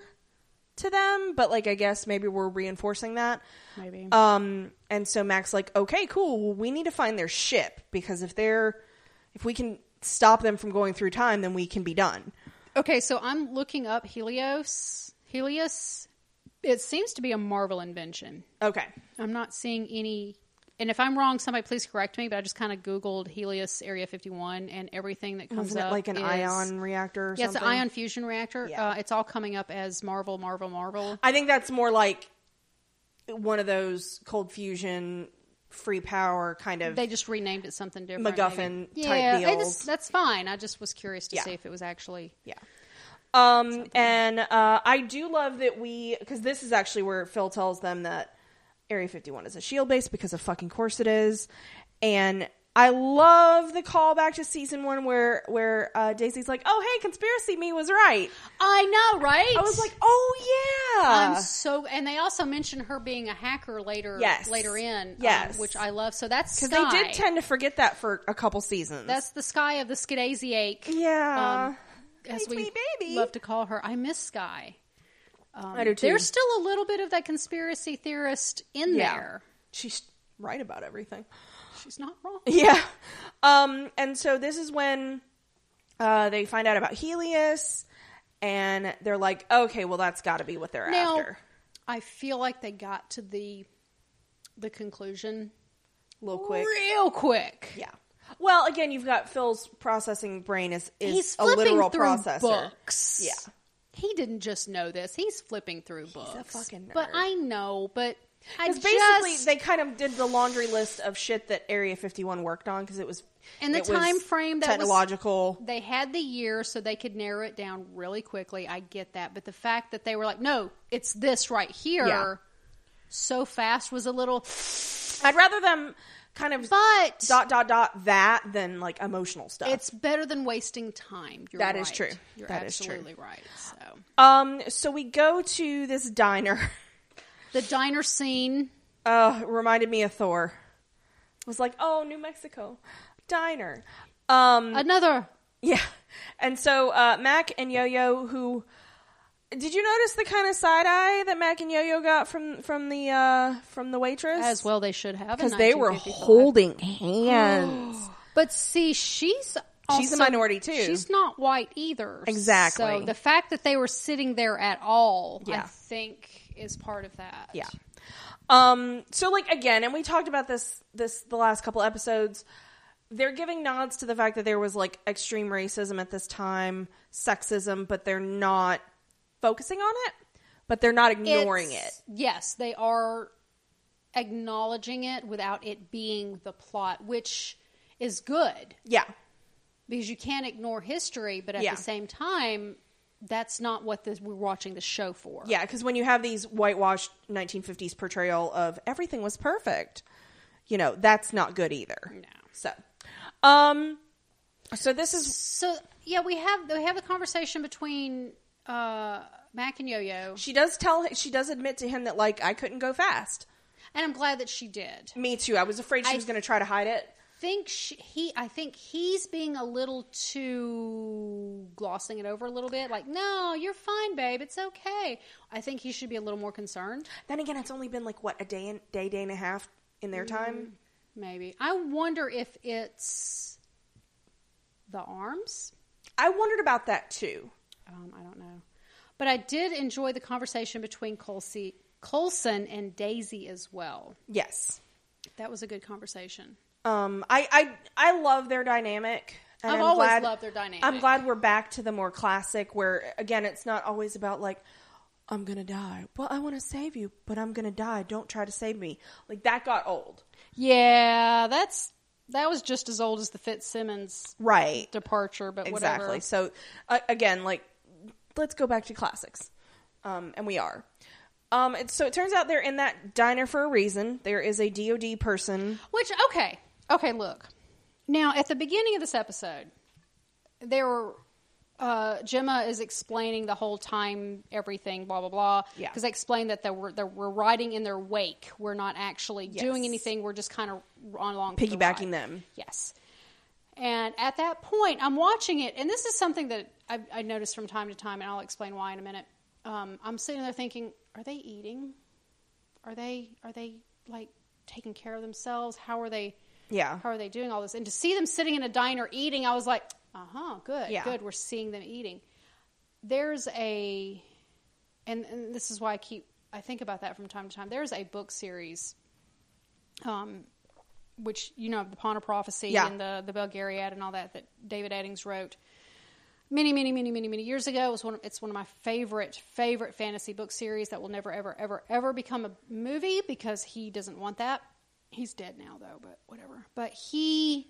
to them, but like I guess maybe we're reinforcing that.
Maybe.
Um, and so Mac's like, okay, cool. Well, we need to find their ship because if they're if we can stop them from going through time, then we can be done.
Okay, so I'm looking up Helios. Helios. It seems to be a Marvel invention.
Okay.
I'm not seeing any. And if I'm wrong, somebody please correct me. But I just kind of googled Helios Area 51, and everything that comes
Isn't it
up
like an
is-
ion reactor or
Yeah, it's
something?
an ion fusion reactor.
Yeah.
Uh, it's all coming up as Marvel, Marvel, Marvel.
I think that's more like one of those cold fusion, free power kind of.
They just renamed it something different.
MacGuffin
maybe.
type
yeah,
deals.
it's- that's fine. I just was curious to
Yeah.
see if it was actually.
yeah. Um, and uh, I do love that we because this is actually where Phil tells them that Area 51 is a shield base because of fucking course it is, and I love the callback to season one where where uh, Daisy's like, "Oh hey, conspiracy me was right."
I know, right?
I was like, "Oh yeah."
I'm so, and they also mentioned her being a hacker later.
Yes.
later in. um,
Yes.
which I love. So that's
because they did
Sky.
tend to forget that for a couple seasons.
That's the Sky of the Skidaziac.
yeah.
um, as
It's
we
me, baby.
love to call her. I miss Sky. um,
I do too.
There's still a little bit of that conspiracy theorist in
Yeah.
there.
She's right about everything.
She's not wrong.
Yeah. Um, and so this is when uh, they find out about Helios, and they're like, okay, well, that's got to be what they're
Now,
after.
I feel like they got to the the conclusion
A little quick.
real quick.
Yeah. Well, again, you've got Phil's processing brain is, is
He's
a
flipping
literal
through
processor.
books.
Yeah.
He didn't just know this. He's flipping through books.
fucking
But
nerd.
I know, but I
Because
just
basically, they kind of did the laundry list of shit that Area 51 worked on because it was
And the
it was
time frame that was-
technological.
they had the year so they could narrow it down really quickly. I get that, but the fact that they were like, "No, it's this right here,"
Yeah.
so fast was a little.
I'd rather them kind of
But
dot dot dot that than like emotional stuff.
it's better than wasting time. You're
That
right.
is true.
You're
That is true.
absolutely right. So
Um, so we go to this diner.
the diner scene.
Uh, reminded me of Thor. It was like, oh, New Mexico diner. Um,
Another.
yeah. And so uh, Mac and Yo Yo, who did you notice the kind of side eye that Mac and Yo Yo got from from the uh, from the waitress
As well, they should have
because
because
they were holding hands.
But see, she's also,
She's a minority, too.
She's not white either.
Exactly.
So the fact that they were sitting there at all, I
Yeah.
think, is part of that.
yeah. Um, so like again, and we talked about this this the last couple episodes. They're giving nods to the fact that there was like extreme racism at this time, sexism, but they're not focusing on it, but they're not ignoring
It's- Yes, they are acknowledging it without it being the plot, which is good
it. Yeah.
because you can't ignore history, but at
Yeah.
the same time, that's not what this, we're watching the show for.
Yeah, because when you have these whitewashed 1950s portrayal of everything was perfect, you know that's not good either.
No.
So, um, so this is
So yeah, we have we have a conversation between uh, Mac and Yo-Yo,
she does tell she does admit to him that like I couldn't go fast.
and I'm glad that she did.
Me too. I was afraid she
I-
was going to try to hide it.
Think she, he? I think he's being a little too glossing it over a little bit. Like, no, you're fine, babe. It's okay. I think he should be a little more concerned.
Then again, it's only been like what a day and day day and a half in their time.
Maybe. I wonder if it's the arms.
I wondered about that too.
Um, I don't know. But I did enjoy the conversation between Colsey, Colson and Daisy as well.
Yes.
That was a good conversation.
Um, I I I love their dynamic. And
I've
I'm
always
glad-
loved their dynamic.
I'm glad we're back to the more classic, where again, it's not always about like, I'm gonna die. Well, I want to save you, but I'm gonna die. Don't try to save me. Like that got old,
Yeah, that's that was just as old as the Fitzsimmons
right?
departure, but
Exactly.
whatever.
So uh, again, like, let's go back to classics, um, and we are. Um, it, so it turns out they're in that diner for a reason. There is a DoD person.
Which okay, okay. Look, now at the beginning of this episode, there were uh, Gemma is explaining the whole time everything, blah blah blah.
Yeah.
because they explained that they were they were riding in their wake. We're not actually doing
Yes.
anything. We're just kind of on along for the
Piggybacking
ride.
them.
Yes. And at that point, I'm watching it, and this is something that I, I notice from time to time, and I'll explain why in a minute. Um, I'm sitting there thinking, are they eating? Are they are they like taking care of themselves? How are they?
Yeah.
How are they doing all this? And to see them sitting in a diner eating, I was like, uh huh, good,
Yeah.
good. We're seeing them eating. There's a, and, and this is why I keep I think about that from time to time. There's a book series um, which you know the Pawn of Prophecy
Yeah.
and the the Belgariad and all that that David Eddings wrote many many many many many years ago. It was one of, it's one of my favorite favorite fantasy book series that will never ever ever ever become a movie because he doesn't want that. He's dead now though, but whatever. But he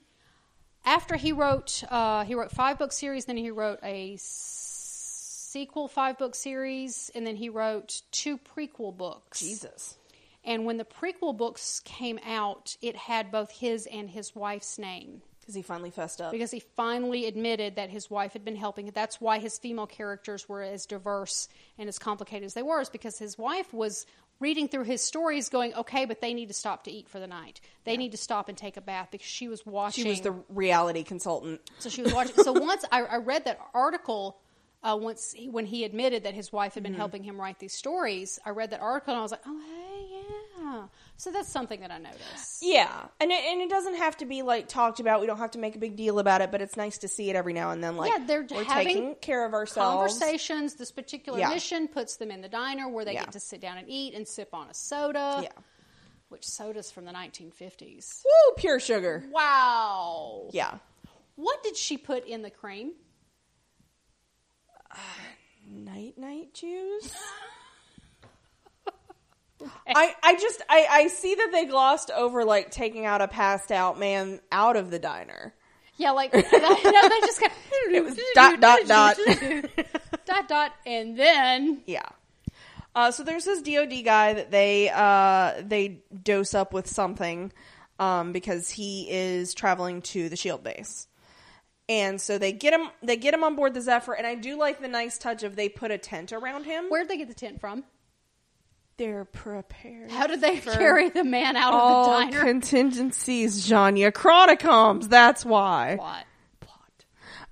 after he wrote uh, he wrote five book series, then he wrote a s- sequel five book series, and then he wrote two prequel books.
Jesus.
And when the prequel books came out, it had both his and his wife's name
Because he finally fessed up.
because he finally admitted that his wife had been helping. That's why his female characters were as diverse and as complicated as they were, is because his wife was reading through his stories going, okay, but they need to stop to eat for the night. They need to stop and take a bath because she was watching.
She was the reality consultant.
So she was watching. so once I, I read that article. Uh, once he, when he admitted that his wife had been helping him write these stories, I read that article and I was like, "Oh, hey, yeah." So that's something that I noticed.
Yeah, and it, and it doesn't have to be like talked about. We don't have to make a big deal about it, but it's nice to see it every now and then. Like,
Yeah, they're
we're
having
taking care of ourselves.
Conversations. This particular
Yeah.
mission puts them in the diner where they
Yeah.
get to sit down and eat and sip on a soda.
Yeah,
which sodas from the 1950s.
woo, pure sugar.
Wow.
Yeah,
What did she put in the cream?
night night juice. I, I just I, I see that they glossed over like taking out a passed out man out of the diner.
Yeah, like no, they just got
It was dot dot dot.
dot dot, and then
Yeah. Uh, so there's this DoD guy that they uh, they dose up with something um, because he is traveling to the Shield E base, and so they get him they get him on board the Zephyr. And I do like the nice touch of they put a tent around him.
where'd they get the tent from?
They're prepared.
How did they carry the man out
All
of the diner?
contingencies, Janya Chronicoms. That's why.
Plot.
Plot.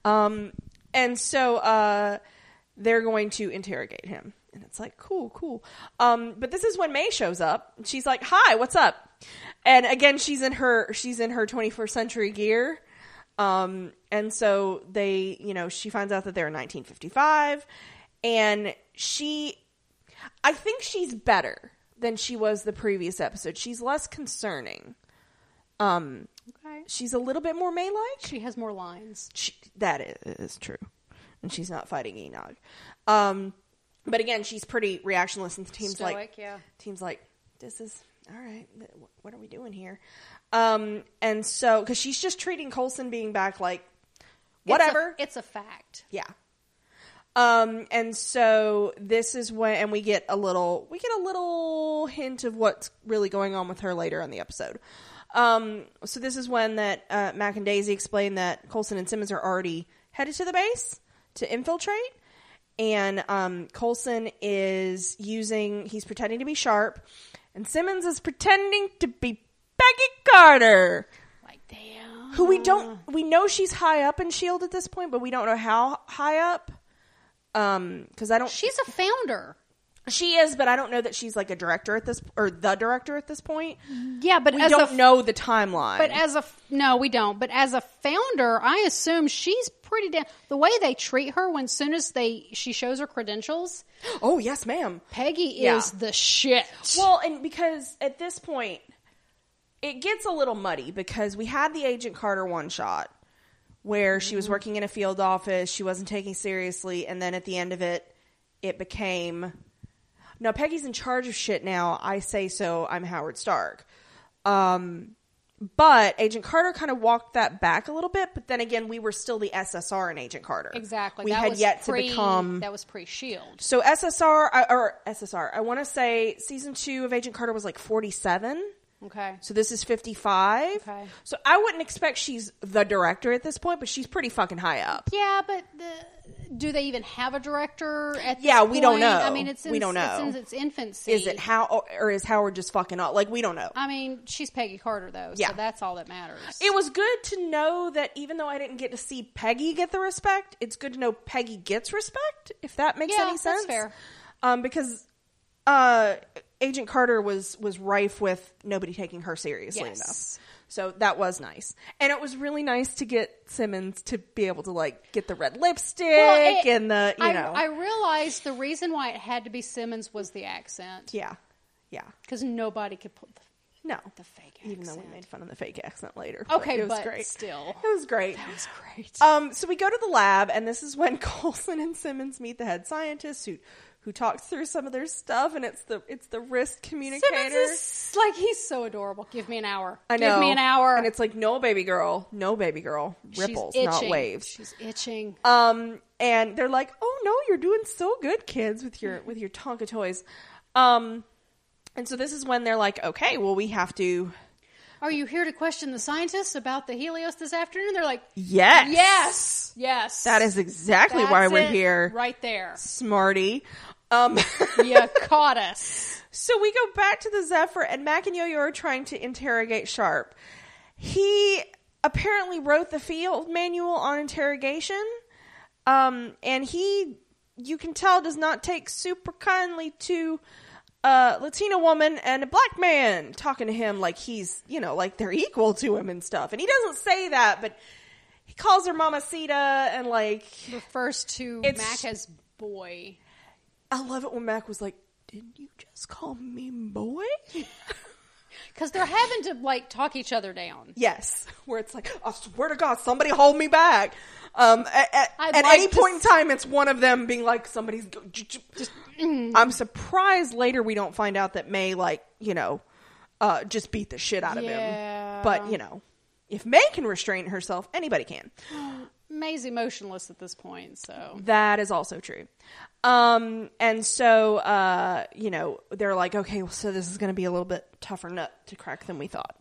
Um, and so uh, they're going to interrogate him. And it's like, cool, cool. Um, but this is when May shows up. She's like, hi, what's up? And again, she's in her she's in her 21st century gear. Um, and so they, you know, she finds out that they're in 1955, and she, I think she's better than she was the previous episode. She's less concerning. Um,
Okay.
she's a little bit more May like.
She has more lines.
She- That i- is true, and she's not fighting Enoch. Um, but again, she's pretty reactionless, and the team's like,
Stoic, yeah.
team's like, this is all right. th- wh- What are we doing here? Um, and so because she's just treating Colson being back like whatever.
It's a, it's a fact.
Yeah. Um, and so this is when, and we get a little, we get a little hint of what's really going on with her later in the episode. Um, so this is when that, uh, Mac and Daisy explain that Colson and Simmons are already headed to the base to infiltrate. And, um, Colson is using, he's pretending to be Sharp and Simmons is pretending to be Peggy Carter
Like, damn.
who we don't
Ah.
we know she's high up in shield E at this point but we don't know how high up um because i don't she,
She's a founder.
is but i don't know that she's like a director at this or the director at this point
Yeah, but
we
as
don't
a
know the timeline
but as a f- no, we don't. But as a founder, I assume she's pretty damn. The way they treat her when soon as they she shows her credentials,
oh yes ma'am
Peggy
Yeah.
is the shit.
well and because at this point it gets a little muddy because we had the agent carter one shot where she
Mm-hmm.
was working in a field office she wasn't taking seriously and then at the end of it it became no peggy's in charge of shit now i say so i'm howard stark um but agent carter kind of walked that back a little bit but then again we were still the ssr in agent carter
exactly.
we
that
had
was
yet
pre,
to become
that was pre Shield.
so SSR I- or SSR, I want to say season two of Agent Carter was like forty-seven.
Okay.
So this is fifty-five.
Okay.
So I wouldn't expect she's the director at this point, but she's pretty fucking high up.
Yeah, but the, do they even have a director at? This
Yeah, we don't
point?
know.
I mean, it's in,
We don't
it's
know.
in its infancy.
Is it how or is Howard just fucking up? Like we don't know.
I mean, she's Peggy Carter though,
Yeah.
so that's all that matters.
It was good to know that even though I didn't get to see Peggy get the respect, it's good to know Peggy gets respect, if that makes
Yeah,
any
that's
sense.
fair.
Um, because uh, Agent Carter was, was rife with nobody taking her seriously
Yes.
enough. So that was nice. And it was really nice to get Simmons to be able to, like, get the red lipstick
Well, it-
and the, you
I,
know.
I realized the reason why it had to be Simmons was the accent
yeah. Yeah.
because nobody could put the,
No.
the fake accent.
Even though we made fun of the fake accent later.
Okay, but still.
It was great.
that was great.
Um, so we go to the lab, and this is when Colson and Simmons meet the head scientist who who talks through some of their stuff, and it's the it's the wrist communicator.
Simmons is like he's so adorable. Give me an hour.
I know.
Give me an hour.
and it's like no baby girl, no baby girl, ripples,
She's
not
itching.
waves.
She's itching.
Um, and they're like, "Oh no, you're doing so good, kids, with your with your Tonka toys." Um, and so this is when they're like, "Okay, well, we have to."
Are you here to question the scientists about the Helios this afternoon? They're like,
Yes,
yes, yes.
that is exactly
That's
why we're
it,
here,
right there.
smarty. Um.
You caught us.
So we go back to the Zephyr, and Mac and Yo-Yo are trying to interrogate Sharp. He apparently wrote the field manual on interrogation, um, and he, you can tell, does not take super kindly to a Latina woman and a black man talking to him like he's, you know, like they're equal to him and stuff. And he doesn't say that, but he calls her Mamacita and like
Refers to
It's-
Mac as boy.
I love it when Mac was like, "Didn't you just call me boy?"
Because they're having to like talk each other down.
Yes, where it's like, I swear to God, somebody hold me back. Um, at at,
I'd
at
like
any
to
point in time, it's one of them being like, somebody's. go- j- j- Just,
Mm.
I'm surprised later we don't find out that May, like, you know, uh, just beat the shit out of
Yeah.
him. But, you know, if May can restrain herself, anybody can.
May's emotionless at this point, so
That is also true. Um, and so, uh, you know, they're like, okay, well, so this is going to be a little bit tougher nut to crack than we thought.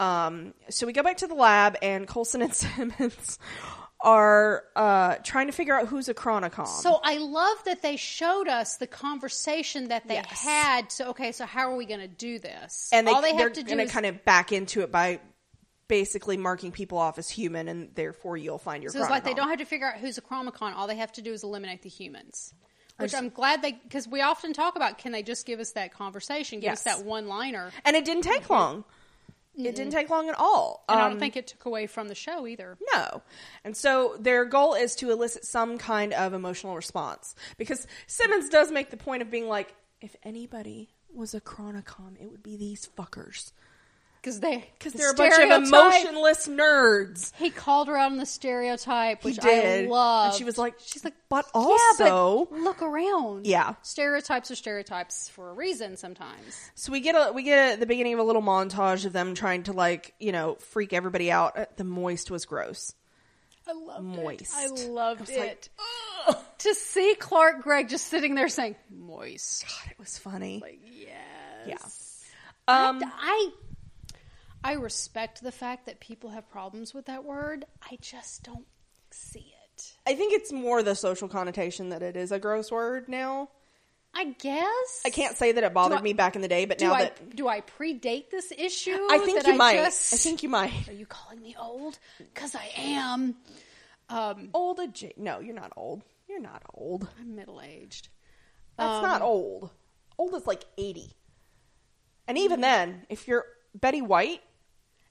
Um, so we go back to the lab, and Colson and Simmons are uh, trying to figure out who's a chronicom.
So I love that they showed us the conversation that they
Yes.
had. So okay, so how are we going to do this?
and they,
all they
they're
have to do
gonna
is
kind of back into it by basically marking people off as human, and therefore you'll find your.
so it's like they
chronicom.
don't have to figure out who's a chromacon. All they have to do is eliminate the humans. Which I'm glad they because we often talk about can they just give us that conversation, give us
Yes.
that one liner,
and it didn't take long. It didn't take long at all.
and I
Um,
don't think it took away from the show either.
No. And so their goal is to elicit some kind of emotional response because Simmons does make the point of being like, if anybody was a chronicom, it would be these fuckers.
because they
Because
the
they're a bunch of
stereotype-
emotionless nerds.
He called her out on the stereotype,
He
which
did.
I love.
And she was like,
she's like,
but
yeah,
also.
but look around.
Yeah.
stereotypes are stereotypes for a reason. Sometimes
So we get a we get a, the beginning of a little montage of them trying to like you know freak everybody out. Uh, The moist was gross.
I loved
Moist.
I
I
loved
was
it.
like,
to see Clark Gregg just sitting there saying moist.
God, it was funny.
Like, yes.
yeah.
Um,
Um,
I I respect the fact that people have problems with that word. I just don't see it.
I think it's more the social connotation that it is a gross word now.
I guess
I can't say that it bothered
I-
me back in the day, but
Do
now
I
that
do I predate this issue?
I think
that
you might.
just-
I think you might.
Are you calling me old? Because I am. Um,
Old adja- No, you're not old. You're not old.
I'm middle aged.
That's not old. Old is like 80. And even then, if you're Betty White,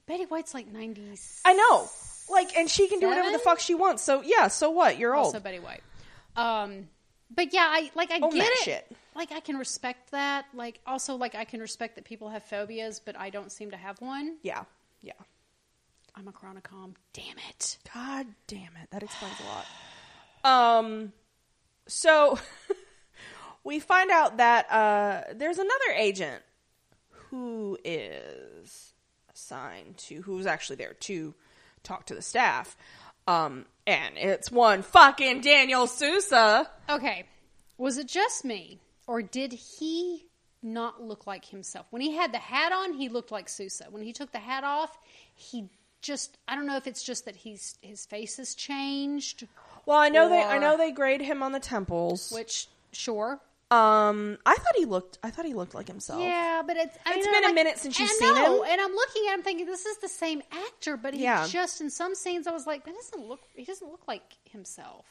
Betty White's like 90s.
I know. Like, and she can do whatever the
Seven?
fuck she wants. So, yeah, so what? You're old.
Also Betty White. Um, but yeah, I like I
Own
get
that
it.
shit.
Like I can respect that. Like also like I can respect that people have phobias, but I don't seem to have one.
yeah. Yeah.
I'm a chronicom. Damn it.
God damn it. That explains a lot. Um, so we find out that uh, there's another agent who is assigned to, who's actually there to talk to the staff. Um, and it's one fucking Daniel Sousa.
Okay. Was it just me or did he not look like himself? When he had the hat on, he looked like Sousa. When he took the hat off, he just I don't know if it's just that he's his face has changed,
Well, I know they, I
Or-
know they grade him on the temples.
which sure.
Um, I thought he looked, I thought he looked like himself.
Yeah, but it's I
It's
mean,
been
I'm
a minute since you've
I
seen
know,
him.
and I'm looking at him thinking this is the same actor, but he
Yeah.
just in some scenes I was like, that doesn't look he doesn't look like himself.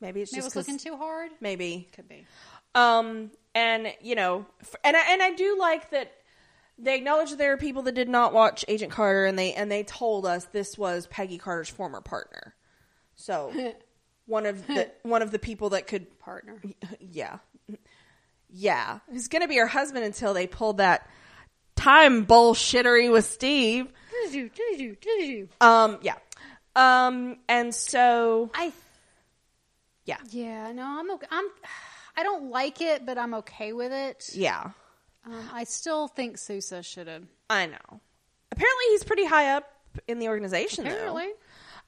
Maybe it's
Maybe I
just
was
'cause-
looking too hard.
maybe
Could be.
Um, and you know, f- and I, and I do like that they acknowledge that there are people that did not watch Agent Carter, and they and they told us this was Peggy Carter's former partner. So one of the one of the people that could,
Partner.
yeah, yeah, who's gonna be her husband until they pulled that time bullshittery with Steve. Um, yeah, um, and so
I
yeah,
yeah no I'm okay. I'm I don't like it, but I'm okay with it.
yeah,
Um, I still think Sousa should have
I know. Apparently, he's pretty high up in the organization. though.
apparently.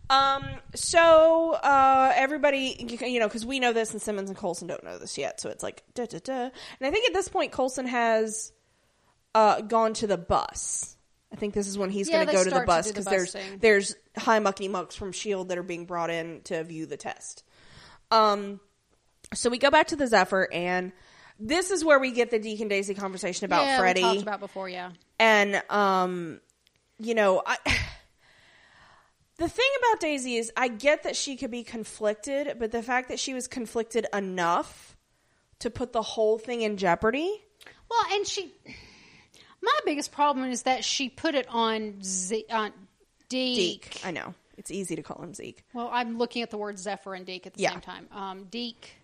Um. So, uh, everybody, you- you know, because we know this, and Simmons and Colson don't know this yet. So it's like, duh, duh, duh. And I think at this point, Colson has uh, gone to the bus. I think this is when he's
Yeah,
going
they
to go to the
start to
bus
do the
because
bus
there's
thing.
there's high muckety mucks from Shield E that are being brought in to view the test. Um. So we go back to the Zephyr, and this is where we get the Deacon Daisy conversation about
yeah,
Freddie
we talked about before. Yeah,
and um you know i the thing about daisy is i get that she could be conflicted but the fact that she was conflicted enough to put the whole thing in jeopardy
Well, and she, my biggest problem is that she put it on Z, on Deke.
deke i know it's easy to call him zeke
Well, I'm looking at the word Zephyr and Deke at the
Yeah.
same time. Um, Deke,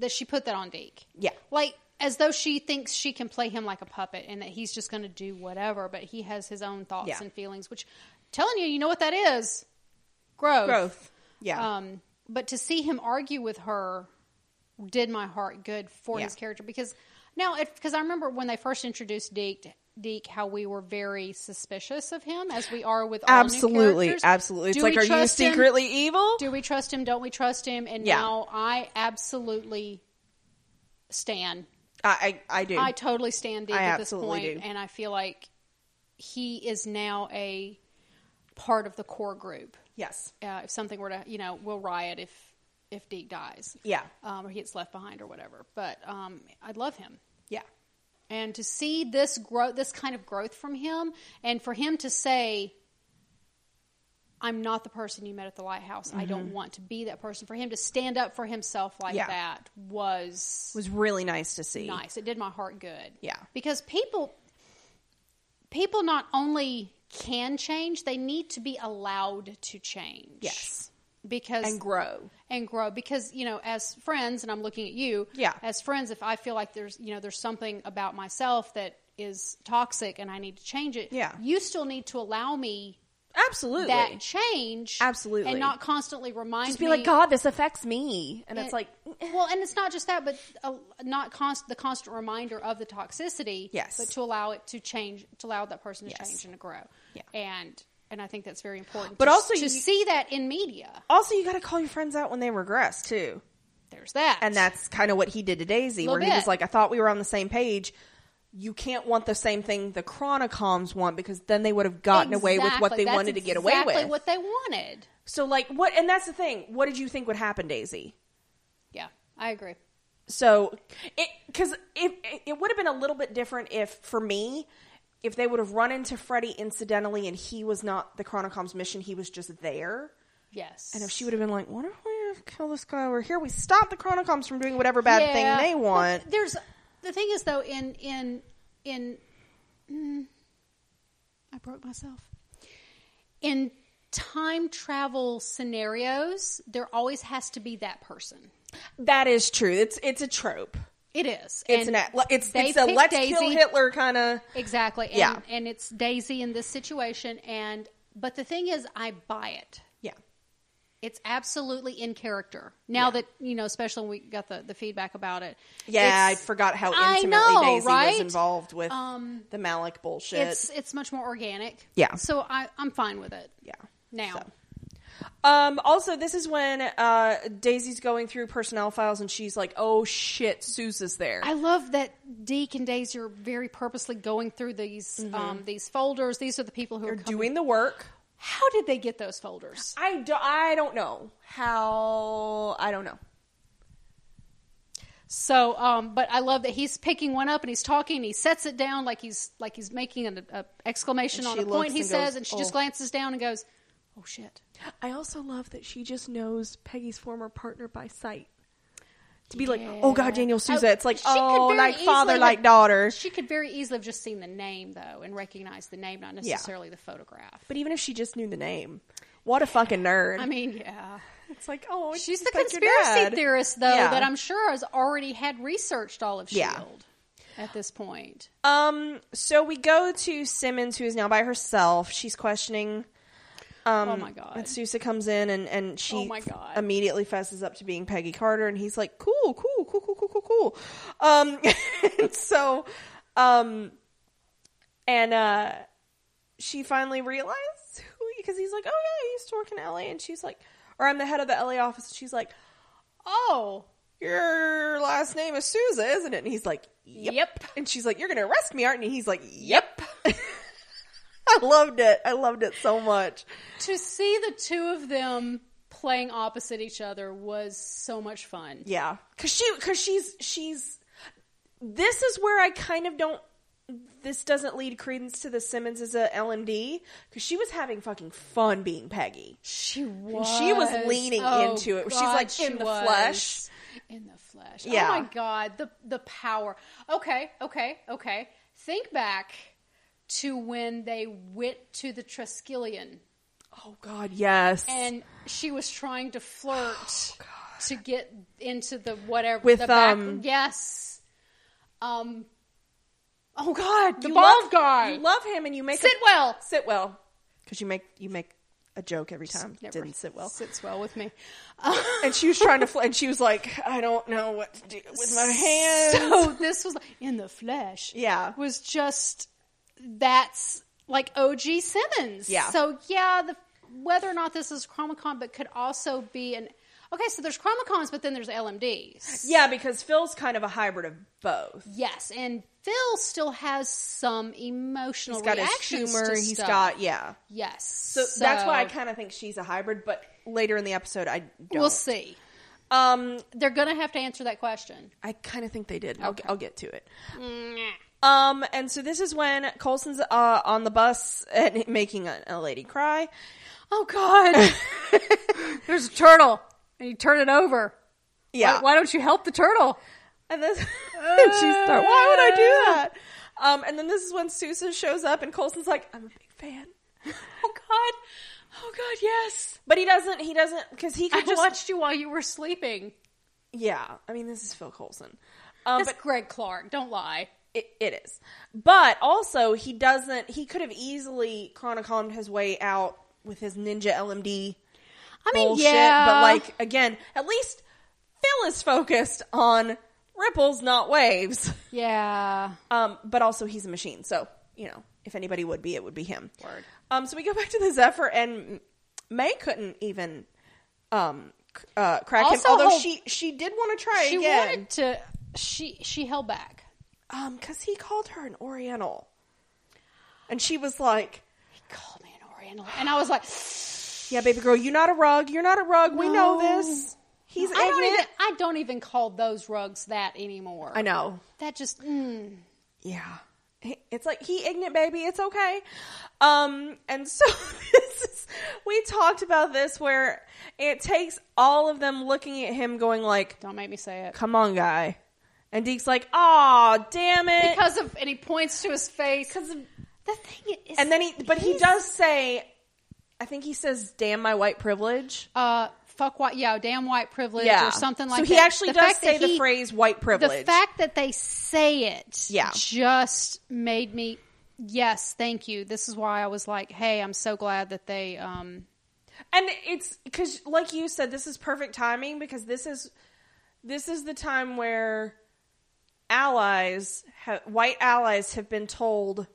that she put that on Deke.
Yeah.
like as though she thinks she can play him like a puppet and that he's just going to do whatever, but he has his own thoughts
Yeah.
and feelings. Which, telling you, you know what that is? Growth.
growth yeah
Um, but to see him argue with her did my heart good for
Yeah.
his character because now because I remember when they first introduced Deke. Deke, how we were very suspicious of him, as we are with all new
absolutely
characters.
absolutely it's
Do
like
we
are you
trust him?
secretly evil
Do we trust him? Don't we trust him? And
Yeah.
now I absolutely stand.
I, I i do
I totally stand Deke
I
at this
absolutely
point,
do.
and I feel like he is now a part of the core group
yes
uh, if something were to, you know, we'll riot if if Deke dies,
yeah
um, or he gets left behind or whatever. But um, I love him,
yeah
and to see this growth, this kind of growth from him, and for him to say, "I'm not the person you met at the lighthouse. I don't want to be that person." For him to stand up for himself like
Mm-hmm. Yeah.
that was
was really nice to see
nice. It did my heart good.
Yeah.
Because people people not only can change, they need to be allowed to change.
yes
because
and grow.
and grow because you know as friends and i'm looking at you
Yeah.
as friends if i feel like there's you know there's something about myself that is toxic and i need to change it
Yeah.
you still need to allow me
Absolutely.
that change
Absolutely.
and not constantly remind
Just be
me
like, God, this affects me, and it's
and-
like, "Mm."
well, and it's not just that, but uh, not const- the constant reminder of the toxicity.
Yes.
but to allow it to change, to allow that person to
Yes.
change and to grow.
Yeah.
and and I think that's very important.
But
to,
also
to
you-
see that in media,
Also, you got to call your friends out when they regress too,
there's that,
and that's kind of what he did to Daisy,
Little
where he was
bit.
like, "I thought we were on the same page. You can't want the same thing the Chronicoms want because then they would have gotten away with what
Exactly.
they
That's
wanted to get away
exactly
with."
What they wanted.
so, like, what? And that's the thing. What did you think would happen, Daisy?
Yeah, I agree.
So, it because it it, it would have been a little bit different if for me. If they would have run into Freddy incidentally and he was not the Chronicoms mission, he was just there.
Yes,
And if she would have been like, "What if we kill this guy over here? We stop the Chronicoms from doing whatever bad
Yeah.
thing they
Well,
want."
there's the thing is though in in in mm, I broke myself. In time travel scenarios, there always has to be that person.
That is true. It's it's a trope.
It is.
It's
And
an a- it's
they
it's a
picked
let's
Daisy.
kill Hitler kind of.
Exactly. And,
Yeah.
and it's Daisy in this situation and but the thing is I buy it.
Yeah.
It's absolutely in character. Now that you know, especially when we got the, the feedback about it.
Yeah, I
It's-
forgot how
I
intimately
know,
Daisy
right?
was involved with
Um,
the Malik bullshit.
it's it's much more organic.
Yeah.
So I, I'm fine with it.
yeah.
Now.
So. Um, also, this is when uh, Daisy's going through personnel files and she's like, "Oh shit, Sousa's there."
I love that Deke and Daisy are very purposely going through these um, these folders. These are the people who are
Mm-hmm. They're
coming.
doing the work.
How did they get those folders?
I do, I don't know how. I don't know.
So, um, but I love that he's picking one up and he's talking. And he sets it down like he's like he's making an a exclamation
And
on
she
a point
looks
he
and
says,
goes,
and she
"Oh."
just glances down and goes, "Oh shit."
I also love that she just knows Peggy's former partner by sight. To be like,
Yeah.
oh god, Daniel Souza.
I-
It's like,
she could
oh,
very
like
easily
father,
have-
like daughter.
She could very easily have just seen the name though and recognized the name, not necessarily the photograph.
But even if she just knew the name, what a fucking nerd!
I mean, yeah.
it's like, oh, it's
She's the
just like your
conspiracy
dad.
theorist, though,
Yeah.
that I'm sure has already had researched all of Shield
Yeah.
E at this point.
Um, so we go to Simmons, who is now by herself. She's questioning. Um,
Oh my God.
And Sousa comes in, and and she
Oh my God.
immediately fesses up to being Peggy Carter, and he's like, cool, cool, cool, cool, cool, cool, cool. Um, and so, um, and uh, she finally realized who because he's like, oh yeah, I used to work in LA, and she's like, or I'm the head of the LA office, and she's like,
Oh,
your last name is Sousa, isn't it? And he's like, yep. And she's like, you're going to arrest me, aren't you? And he's like, yep. I loved it. I loved it so much.
To see the two of them playing opposite each other was so much fun.
Yeah. Cause she, cause she's, she's, this is where I kind of don't, this doesn't lead credence to the Simmons as a LMD. Cause she was having fucking fun being Peggy.
She
And
was. Oh,
she was leaning into it. She's like, in the flesh.
In the flesh.
Yeah.
Oh my god, the the power. Okay, okay, okay. Think back to when they went to the Triskelion
Oh God. Yes.
and she was trying to flirt to get into the whatever
Oh, With,
the back-
um,
yes. Um Oh god, the
You
bald
love-
guy.
You love him and you make
Sit well.
sit well. Cause you make, you make a joke every time.
Never
um, Didn't sit well.
Sits well with me.
and she was trying to, fl- and she was like, I don't know what to do with my hands.
So this was like, in the flesh.
Yeah.
was just that's like OG Simmons.
Yeah.
So yeah, the whether or not this is Chromacon, but could also be an okay. So there's Chromacons, but then there's LMDs.
yeah, because Phil's kind of a hybrid of both.
Yes, and Phil still has some emotional
He's got his
reactions
humor.
to
He's
stuff.
got yeah.
yes.
So, that's why I kind of think she's a hybrid. But later in the episode, I don't.
we'll see.
Um,
They're gonna have to answer that question.
I kind of think they did. I'll,
Okay.
I'll get to it. Um, and so this is when Colson's uh, on the bus and making a, a lady cry.
Oh God, there's a turtle, and you turn it over.
Yeah,
don't you help the turtle?
And this, and she start. Why would I do that? Um, and then this is when Sousa shows up, and Colson's like, "I'm a big fan."
Oh God. Oh God, yes.
But he doesn't. He doesn't because he
I
could just.
watched you while you were sleeping.
Yeah, I mean, this is Phil Coulson. Um,
That's
but
Greg Clark. Don't lie.
it, it is. But also, he doesn't. He could have easily chronicled his way out with his ninja LMD
I mean,
bullshit.
yeah,
But like again, at least Phil is focused on ripples, not waves.
yeah.
Um, but also, he's a machine, so you know, if anybody would be, it would be him.
Word.
Um, so we go back to the Zephyr, and May couldn't even um c- uh, crack
Also,
him. Although
hold-
she she did want to try
She
again.
wanted to. She she held back.
Um, because he called her an Oriental, and she was like,
He called me an Oriental, and I was like,
"Yeah, baby girl, you're not a rug. You're not a rug. We know
No.
this. He's
I don't
ignorant."
even. I don't even call those rugs that anymore.
I know.
That just. Mm.
Yeah. He- It's like he ignorant baby, it's okay. Um and so this is, we talked about this where it takes all of them looking at him going like,
Don't make me say it.
"Come on, guy." And Deke's like, "Aw, damn it."
Because of and he points to his face. Because the thing is,
and then he but he
he's-
does say I think he says, "Damn my white privilege."
uh, fuck white, yeah, damn white privilege or something like
so
that.
he actually
The
does
fact that
say the
he-
phrase white privilege.
The fact that they say it,
Yeah.
just made me. Yes, thank you. This is why I was like, hey, I'm so glad that they. Um,
and it's because, like you said, this is perfect timing because this is this is the time where allies, ha- white allies, have been told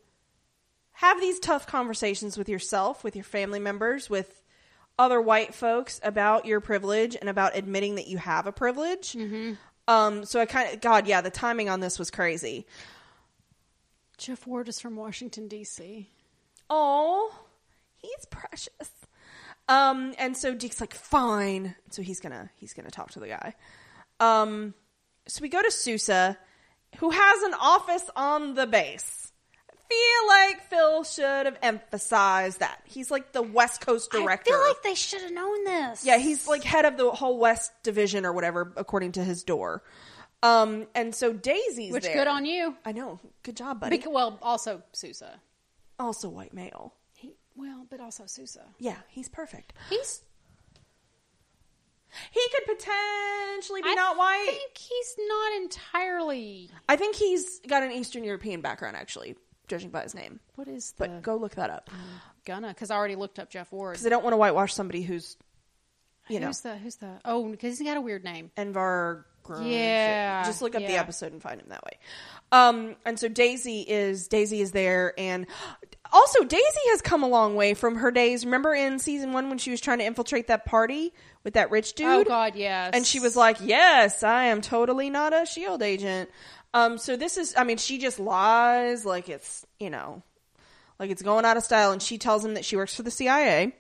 have these tough conversations with yourself, with your family members, with other white folks about your privilege and about admitting that you have a privilege. Um, so I kind of, God, yeah, the timing on this was crazy.
Jeff Ward is from Washington D.C.
Oh, he's precious. Um, and so Deke's like, fine. So he's gonna he's gonna talk to the guy. Um, so we go to Sousa, who has an office on the base. I feel like Phil should have emphasized that he's like the West Coast director.
I feel like they should have known this.
Yeah, he's like head of the whole West Division or whatever, according to his door. Um, and so Daisy's
Which
there.
good on you.
I know. Good job, buddy.
Bec- well, also Sousa.
also white male.
He, well, but also Sousa.
Yeah, he's perfect.
He's
He could potentially be
I
not white.
think he's not entirely.
I think he's got an Eastern European background, actually, judging by his name.
What is the
But go look that up
gonna? Because I already looked up Jeff Ward.
because I don't want to whitewash somebody who's, you know,
who's the who's the? Oh, because he's got a weird name.
Envar. Grun-
Yeah,
just look up the
yeah.
episode and find him that way. Um, and so Daisy is Daisy is there, and also Daisy has come a long way from her days. Remember in season one when she was trying to infiltrate that party with that rich dude?
Oh God, yes.
And she was like, "Yes, I am totally not a shield E agent." Um, so this is, I mean, she just lies like it's, you know, like it's going out of style, and she tells him that she works for the CIA.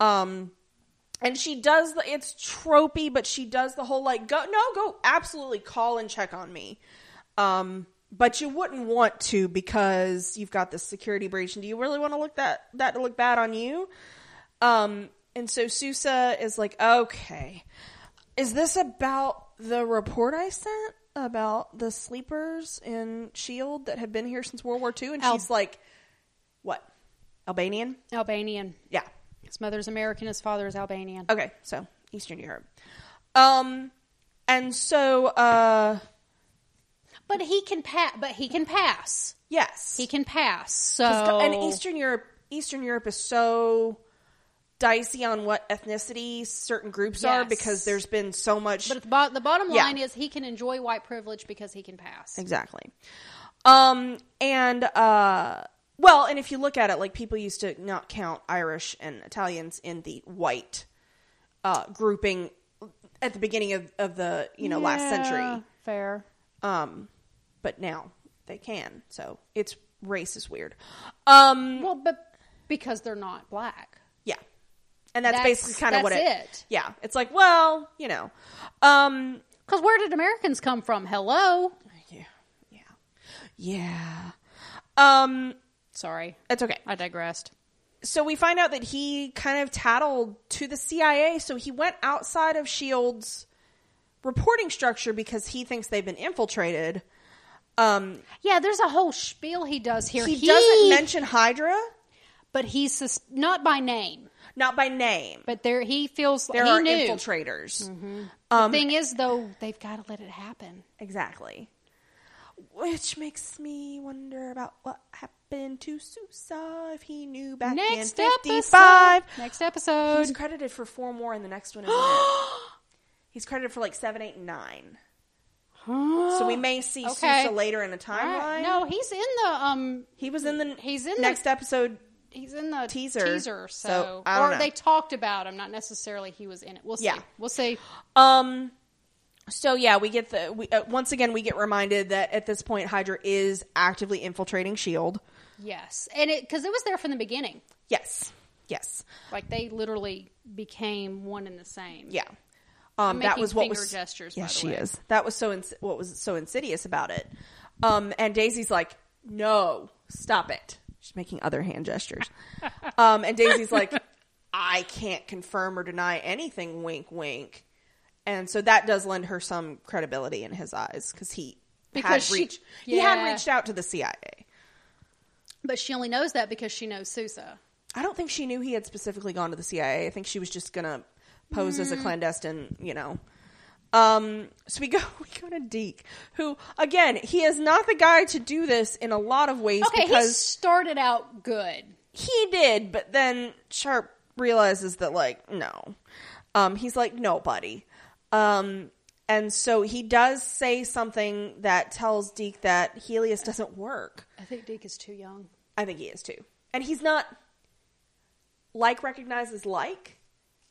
Um, and she does the, it's tropey, but she does the whole like, go, no, go, absolutely call and check on me. Um, but you wouldn't want to because you've got this security breach, and do you really want to look that that to look bad on you? Um, and so Sousa is like, okay, is this about the report I sent about the sleepers in Shield E that had been here since World War II? And
Al-
she's like, what, Albanian?
Albanian.
Yeah,
His mother's American. His father is Albanian.
Okay, so Eastern Europe. Um, and so, uh,
But he can pass. But he can pass.
yes,
He can pass.
Because
So
go- and Eastern Europe, Eastern Europe is so dicey on what ethnicity certain groups are
Yes.
because there's been so much.
But the, bo- the bottom
Yeah.
line is he can enjoy white privilege because he can pass.
Exactly. Um, and, uh, well, and if you look at it, like people used to not count Irish and Italians in the white uh, grouping at the beginning of, of the you know last century.
Fair.
Um, but now they can. So it's race is weird. Um,
Well, but because they're not black.
yeah. And that's,
That's-
basically kind of what it,
that's it.
Yeah. It's like, well, you know. Um,
Because where did Americans come from? Hello.
yeah. Yeah. Yeah. Um,
Sorry,
it's okay.
I digressed.
So we find out that he kind of tattled to the CIA. So he went outside of Shield's E reporting structure because he thinks they've been infiltrated. Um,
Yeah, there's a whole spiel he does here.
he doesn't mention Hydra.
but he's sus- not by name.
not by name.
But there, Um, he feels
There
he
are
knew. Mm-hmm.
infiltrators.
the thing is, though, they've got to let it happen.
Exactly. Which makes me wonder about what happened to Sousa if he knew back
Next
in
episode.
55.
Next
He's
episode.
credited for four more, and the next one is. in it. He's credited for like seven, eight, nine. So we may see
Okay.
Sousa later in the
All
timeline.
right. No, he's in the um.
He was in the
He's in the-
next episode.
He's in the
Teaser.
Teaser. So,
So, I don't
or
know.
they talked about him. Not necessarily he was in it. We'll see.
Yeah.
We'll see.
Um. So yeah, we get the we, uh, once again we get reminded that at this point Hydra is actively infiltrating Shield.
Yes, and it because it was there from the beginning.
Yes. Yes.
Like they literally became one and the same.
Yeah. Um, that
making
was what
finger
was
gestures, by
Yes,
the
she
way.
is. That was so ins- what was so insidious about it. Um, and Daisy's like, "No, stop it." She's making other hand gestures. um, and Daisy's like, "I can't confirm or deny anything." Wink, wink. And so that does lend her some credibility in his eyes because he
Because
had
she-
reached he had
yeah.
reached out to the CIA.
But she only knows that because she knows Sousa.
I don't think she knew he had specifically gone to the CIA. I think she was just gonna pose as a clandestine, you know. Um, so we go we go to Deke, who again he is not the guy to do this in a lot of ways
Okay, he
because
started out good.
he did, but then Sharp realizes that like no, um, he's like no, buddy, um, and so he does say something that tells Deke that Helios doesn't work.
I think Deke is too young.
I think he is too. And he's not like recognizes like.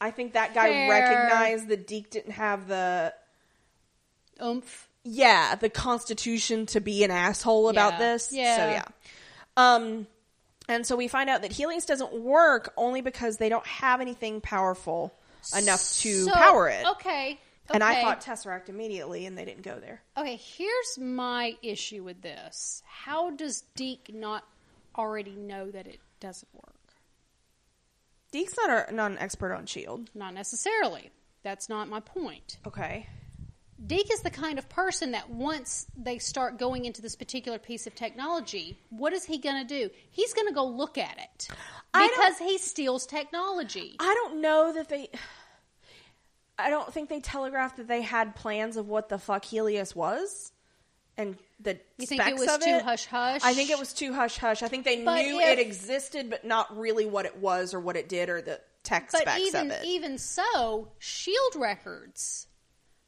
I think that guy
Fair.
recognized that Deke didn't have the
Oomph.
yeah, the constitution to be an asshole about
Yeah.
this. So
Yeah.
yeah. Um and so we find out that Helios doesn't work only because they don't have anything powerful enough to
So-
power it.
Okay.
And I
okay.
thought Tesseract immediately and they didn't go there.
Okay, here's my issue with this. How does Deke not already know that it doesn't work?
Deke's not a, not an expert on shield.
Not necessarily. That's not my point.
Okay.
Deke is the kind of person that once they start going into this particular piece of technology, what is he going to do? He's going to go look at it
I don't-
because he steals technology.
I don't know that they. I don't think they telegraphed that they had plans of what the fuck Helios was, and the
You think
specs
it was
of
too
it.
hush-hush?
I think it was too hush hush. I think they
But
knew
if-
it existed, but not really what it was or what it did or the tech
But
specs
even e-
of it.
even so, Shield E records.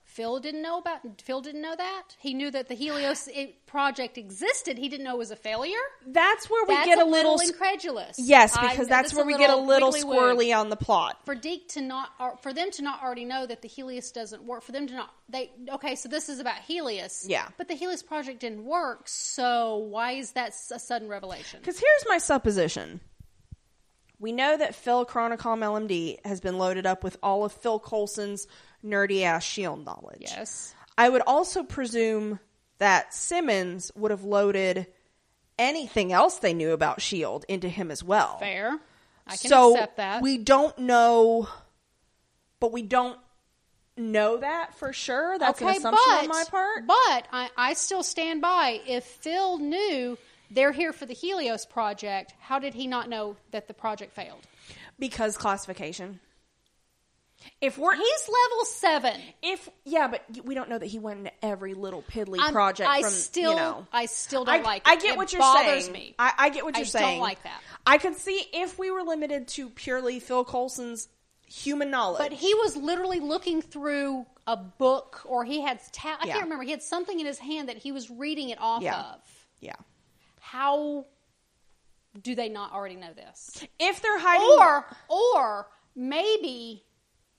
Phil didn't know about. Phil didn't know that. He knew that the Helios eh, project existed. He didn't know it was a failure.
that's where we
That's
get a little. squ-
incredulous.
yes,
I
because
know
that's
a
where we get a little
wiggly woo.
squirrely on the plot.
for Deke to not, or for them to not already know that the Helios doesn't work, for them to not, they, okay, so this is about Helios.
Yeah.
But the Helios project didn't work, so why is that s- a sudden revelation?
Because here's my supposition. We know that Phil Chronicom LMD has been loaded up with all of Phil Coulson's nerdy ass shield knowledge.
Yes.
I would also presume that Simmons would have loaded anything else they knew about Shield E into him as well.
Fair. I can
so
accept that.
we don't know, but we don't know that for sure. That's an assumption on my part.
But I, I still stand by if Phil knew they're here for the Helios project, how did he not know that the project failed?
because classification. If we're
He's level seven.
If yeah, but we don't know that he went into every little piddly
I'm-
project.
I
from,
still,
you know,
I still don't
I,
like. It.
I get
It
what you're
bothers
saying.
Me.
I, I get what
I
you're
don't
saying.
like that.
I could see if we were limited to purely Phil Coulson's human knowledge.
But he was literally looking through a book, or he had ta- I
Yeah.
can't remember. He had something in his hand that he was reading it off
Yeah.
of.
yeah,
How do they not already know this?
if they're hiding,
Or, or maybe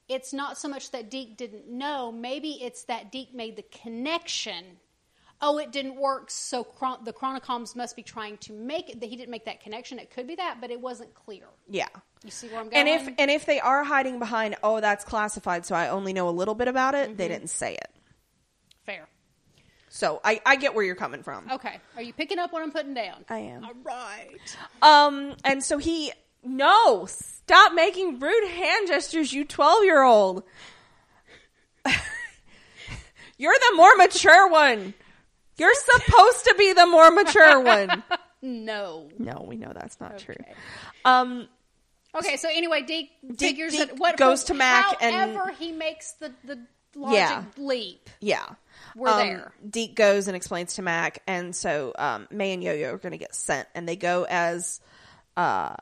it's not so much that Deke didn't know. Maybe it's that Deke made the connection. Oh, it didn't work, so chron- the Chronicoms must be trying to make it. He didn't make that connection. It could be that, but it wasn't clear.
yeah.
You see where I'm
And
going?
if and if they are hiding behind, oh, that's classified, so I only know a little bit about it.
Mm-hmm.
They didn't say it,
fair.
so I, I get where you're coming from.
Okay. Are you picking up what I'm putting down?
I am.
All right.
Um, and so he, no, stop making rude hand gestures, you 12 year old. You're the more mature one. You're supposed to be the more mature one.
No.
No, we know that's not true. Um,
Okay, so anyway, Deke, figures
Deke
that what
goes to Mac and-
however he makes the the logic
Yeah.
leap.
Yeah.
We're
Um,
there.
Deke goes and explains to Mac, and so um, May and Yo Yo are going to get sent, and they go as uh,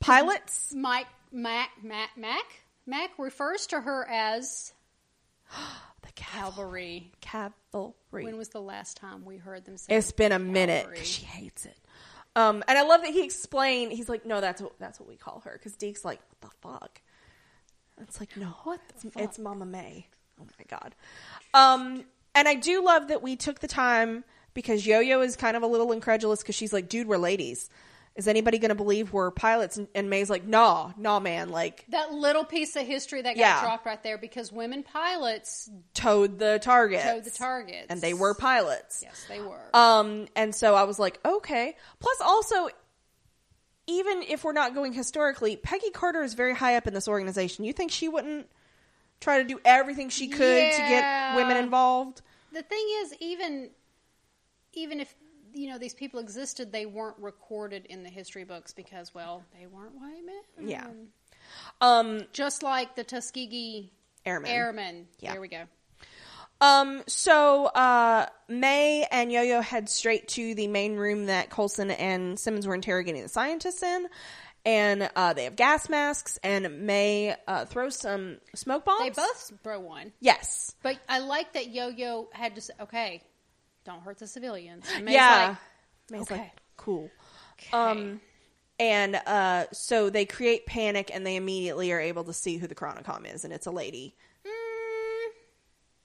pilots.
Mike Mac Mac Mac Mac refers to her as
The cav-
Calvary.
cavalry.
When was the last time we heard them say?
It's been a minute. 'cause
Cavalry.
She hates it. Um, and I love that he explained. He's like, no, that's what that's what we call her. Because Deke's like, what the fuck? It's like, no, what? It's, it's Mama May. Oh my god. Um, and I do love that we took the time because Yo Yo is kind of a little incredulous because she's like, dude, we're ladies. Is anybody going to believe we're pilots? And, and May's like, nah, nah, man. Like,
that little piece of history that got
Yeah.
dropped right there because women pilots
towed the target.
know the targets.
And they were pilots.
Yes, they were.
Um, and so I was like, okay. Plus, also, even if we're not going historically, Peggy Carter is very high up in this organization. You think she wouldn't try to do everything she could to get
Yeah.
women involved?
the thing is even even if you know these people existed they weren't recorded in the history books because well they weren't white men
Yeah. Um,
just like the tuskegee
Airmen.
airmen
Yeah.
there we go
um, so uh, May and Yo Yo head straight to the main room that Colson and Simmons were interrogating the scientists in. And uh, they have gas masks, and May uh, throws some smoke bombs.
they both throw one
Yes.
but i like that yo-yo had to say okay don't hurt the civilians And May's
yeah.
like,
May's
okay.
like, cool.
okay.
Um, and uh, so they create panic, and they immediately are able to see who the Chronicom is, and it's a lady
Mm,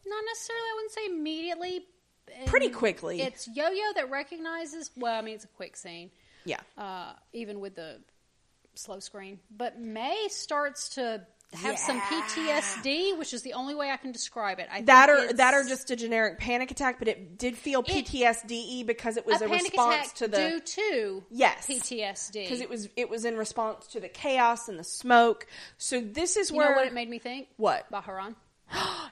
not necessarily i wouldn't say immediately
pretty
Um,
quickly.
it's yo-yo that recognizes well i mean it's a quick scene
yeah,
uh, even with the slow screen. But May starts to have some PTSD, which is the only way I can describe it. I
that
think
or
it's
that or just a generic panic attack, but it did feel PTSD because it was a, response to
due
the
to
Yes.
PTSD.
because it was it was in response to the chaos and the smoke. So this is
you
where
know what it made me think?
What?
Baharan.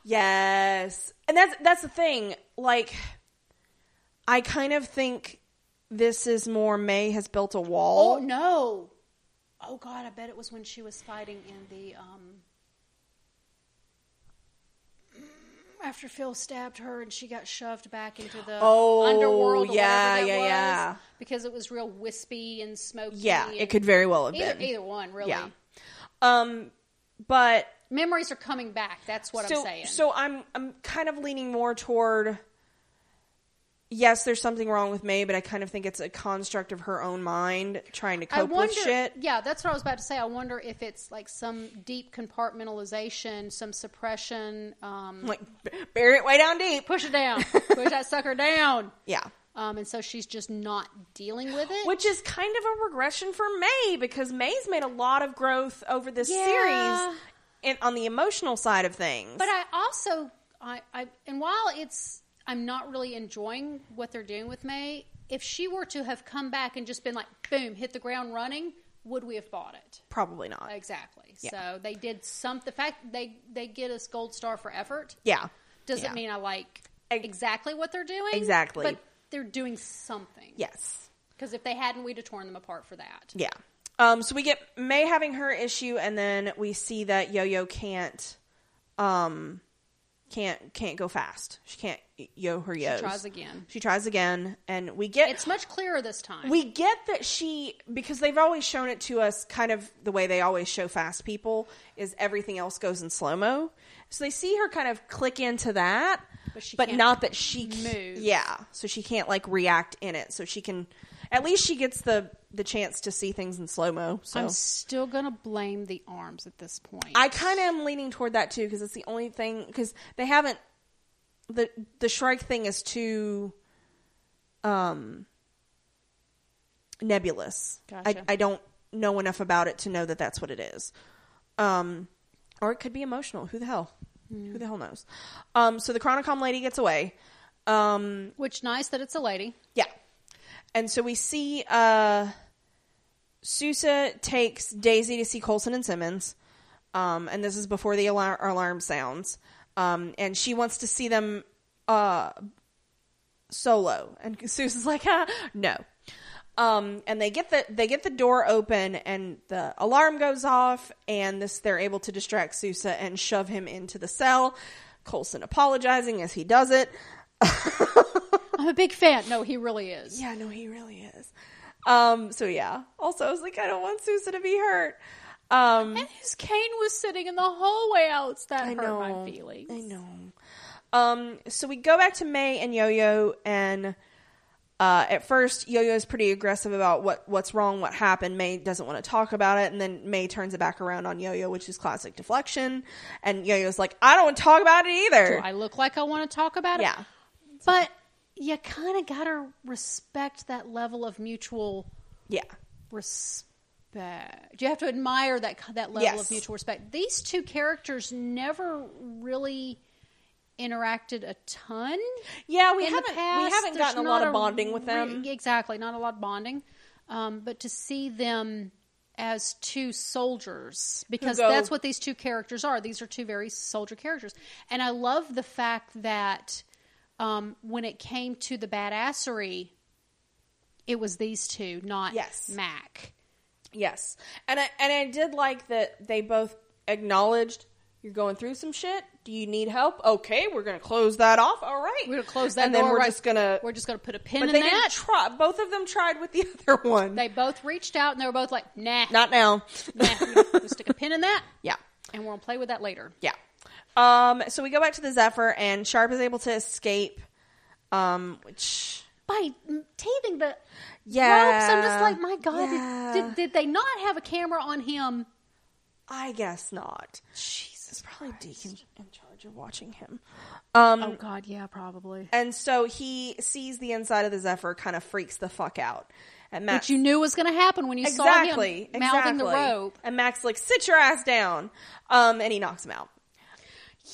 Yes. And that's that's the thing. Like I kind of think this is more May has built a
Oh,
wall.
no! Oh God, I bet it was when she was fighting in the um. After Phil stabbed her and she got shoved back into the
Oh,
underworld, or
yeah,
whatever
yeah,
that was,
yeah.
because it was real wispy and smoky.
yeah,
and
it could very well have
Either,
been.
either one, really.
Yeah. Um but
Memories are coming back. That's what
so
I'm saying.
so I'm I'm kind of leaning more toward yes, there's something wrong with May, but I kind of think it's a construct of her own mind trying to
I
cope
wonder.
with shit.
Yeah, that's what I was about to say. I wonder if it's like some deep compartmentalization, some suppression. Um,
Like b- bury it way down deep.
push it down. push that sucker down.
Yeah.
Um, and so she's just not dealing with it.
which is kind of a regression for May because May's made a lot of growth over this
Yeah.
series in, on the emotional side of things.
But I also, I, I, and while it's, I'm not really enjoying what they're doing with May. If she were to have come back and just been like, boom, hit the ground running, would we have bought it?
Probably not.
Exactly.
Yeah.
So they did some. The fact they they get us gold star for effort
yeah.
doesn't
Yeah.
mean I like
Ex-
exactly what they're doing.
Exactly.
but they're doing something.
Yes.
because if they hadn't, we'd have torn them apart for that.
Yeah. Um, so we get May having her issue, and then we see that Yo Yo can't, um, can't can't go fast. She can't yo her yo.
tries again.
She tries again, and we get
It's much clearer this time.
We get that she because they've always shown it to us kind of the way they always show fast people is everything else goes in slow mo. So they see her kind of click into that,
But she
but
can't
not that she c-
move.
Yeah, so she can't like react in it. So she can at least she gets the the chance to see things in slow mo. So
I'm still gonna blame the arms at this point.
I kind of am leaning toward that too because it's the only thing because they haven't the the Shrike thing is too um nebulous.
Gotcha.
I I don't know enough about it to know that that's what it is. Um or it could be emotional. Who the hell? Who the hell knows? Um so the Chronicom lady gets away. Um
Which nice that it's a lady.
yeah. And so we see uh Sousa takes Daisy to see Colson and Simmons. Um and this is before the alar- alarm sounds. Um and she wants to see them uh solo and Sousa's like, ah, "No." Um, and they get the they get the door open and the alarm goes off and this they're able to distract Sousa and shove him into the cell. Colson apologizing as he does it.
I'm a big fan. No, he really is.
Yeah, no, he really is. Um, so yeah. Also, I was like, I don't want Sousa to be hurt. Um,
And his cane was sitting in the hallway out. That
I
hurt
know.
my feelings.
I know. Um, so we go back to May and Yo Yo, and uh, at first Yo Yo is pretty aggressive about what what's wrong, what happened. May doesn't want to talk about it, and then May turns it back around on Yo Yo, which is classic deflection. And Yo Yo's like, "I don't want to talk about it
Do
either."
I look like I want to talk about it?
Yeah.
But you kind of got to respect that level of mutual
yeah,
respect. You have to admire that that level
Yes.
of mutual respect. These two characters never really interacted a ton.
yeah. We
in the
haven't we
past.
haven't
There's
gotten a lot
not
of bonding with
re-
them.
exactly, not a lot of bonding. Um, but to see them as two soldiers, because
go-
that's what these two characters are. These are two very soldier characters, and I love the fact that um, when it came to the badassery, it was these two, not
Yes.
Mac.
Yes, and I and I did like that they both acknowledged you're going through some shit. Do you need help? Okay, we're gonna close that off. All right,
We're gonna close that
and
door.
then we're
right-
just gonna.
we're just gonna put a pin
but
in
they
that.
didn't try. Both of them tried with the other one.
they both reached out and they were both like, "Nah,
Not now.
nah, we're gonna stick a pin in that,
Yeah,
and we're gonna play with that later."
yeah. Um, so we go back to the Zephyr, and Sharp is able to escape. Um, which
by m- teething the
Yeah.
ropes. I'm just like, my God, did-
Yeah.
did, did, they not have a camera on him?
I guess not.
Jesus.
It's probably Deacon in charge of watching him. Um,
Oh God, yeah, probably.
And so he sees the inside of the Zephyr, kind of freaks the fuck out. And Max,
Which you knew was going to happen when you
exactly,
saw him mouthing
exactly.
the rope.
And Max like, sit your ass down. Um, and he knocks him out.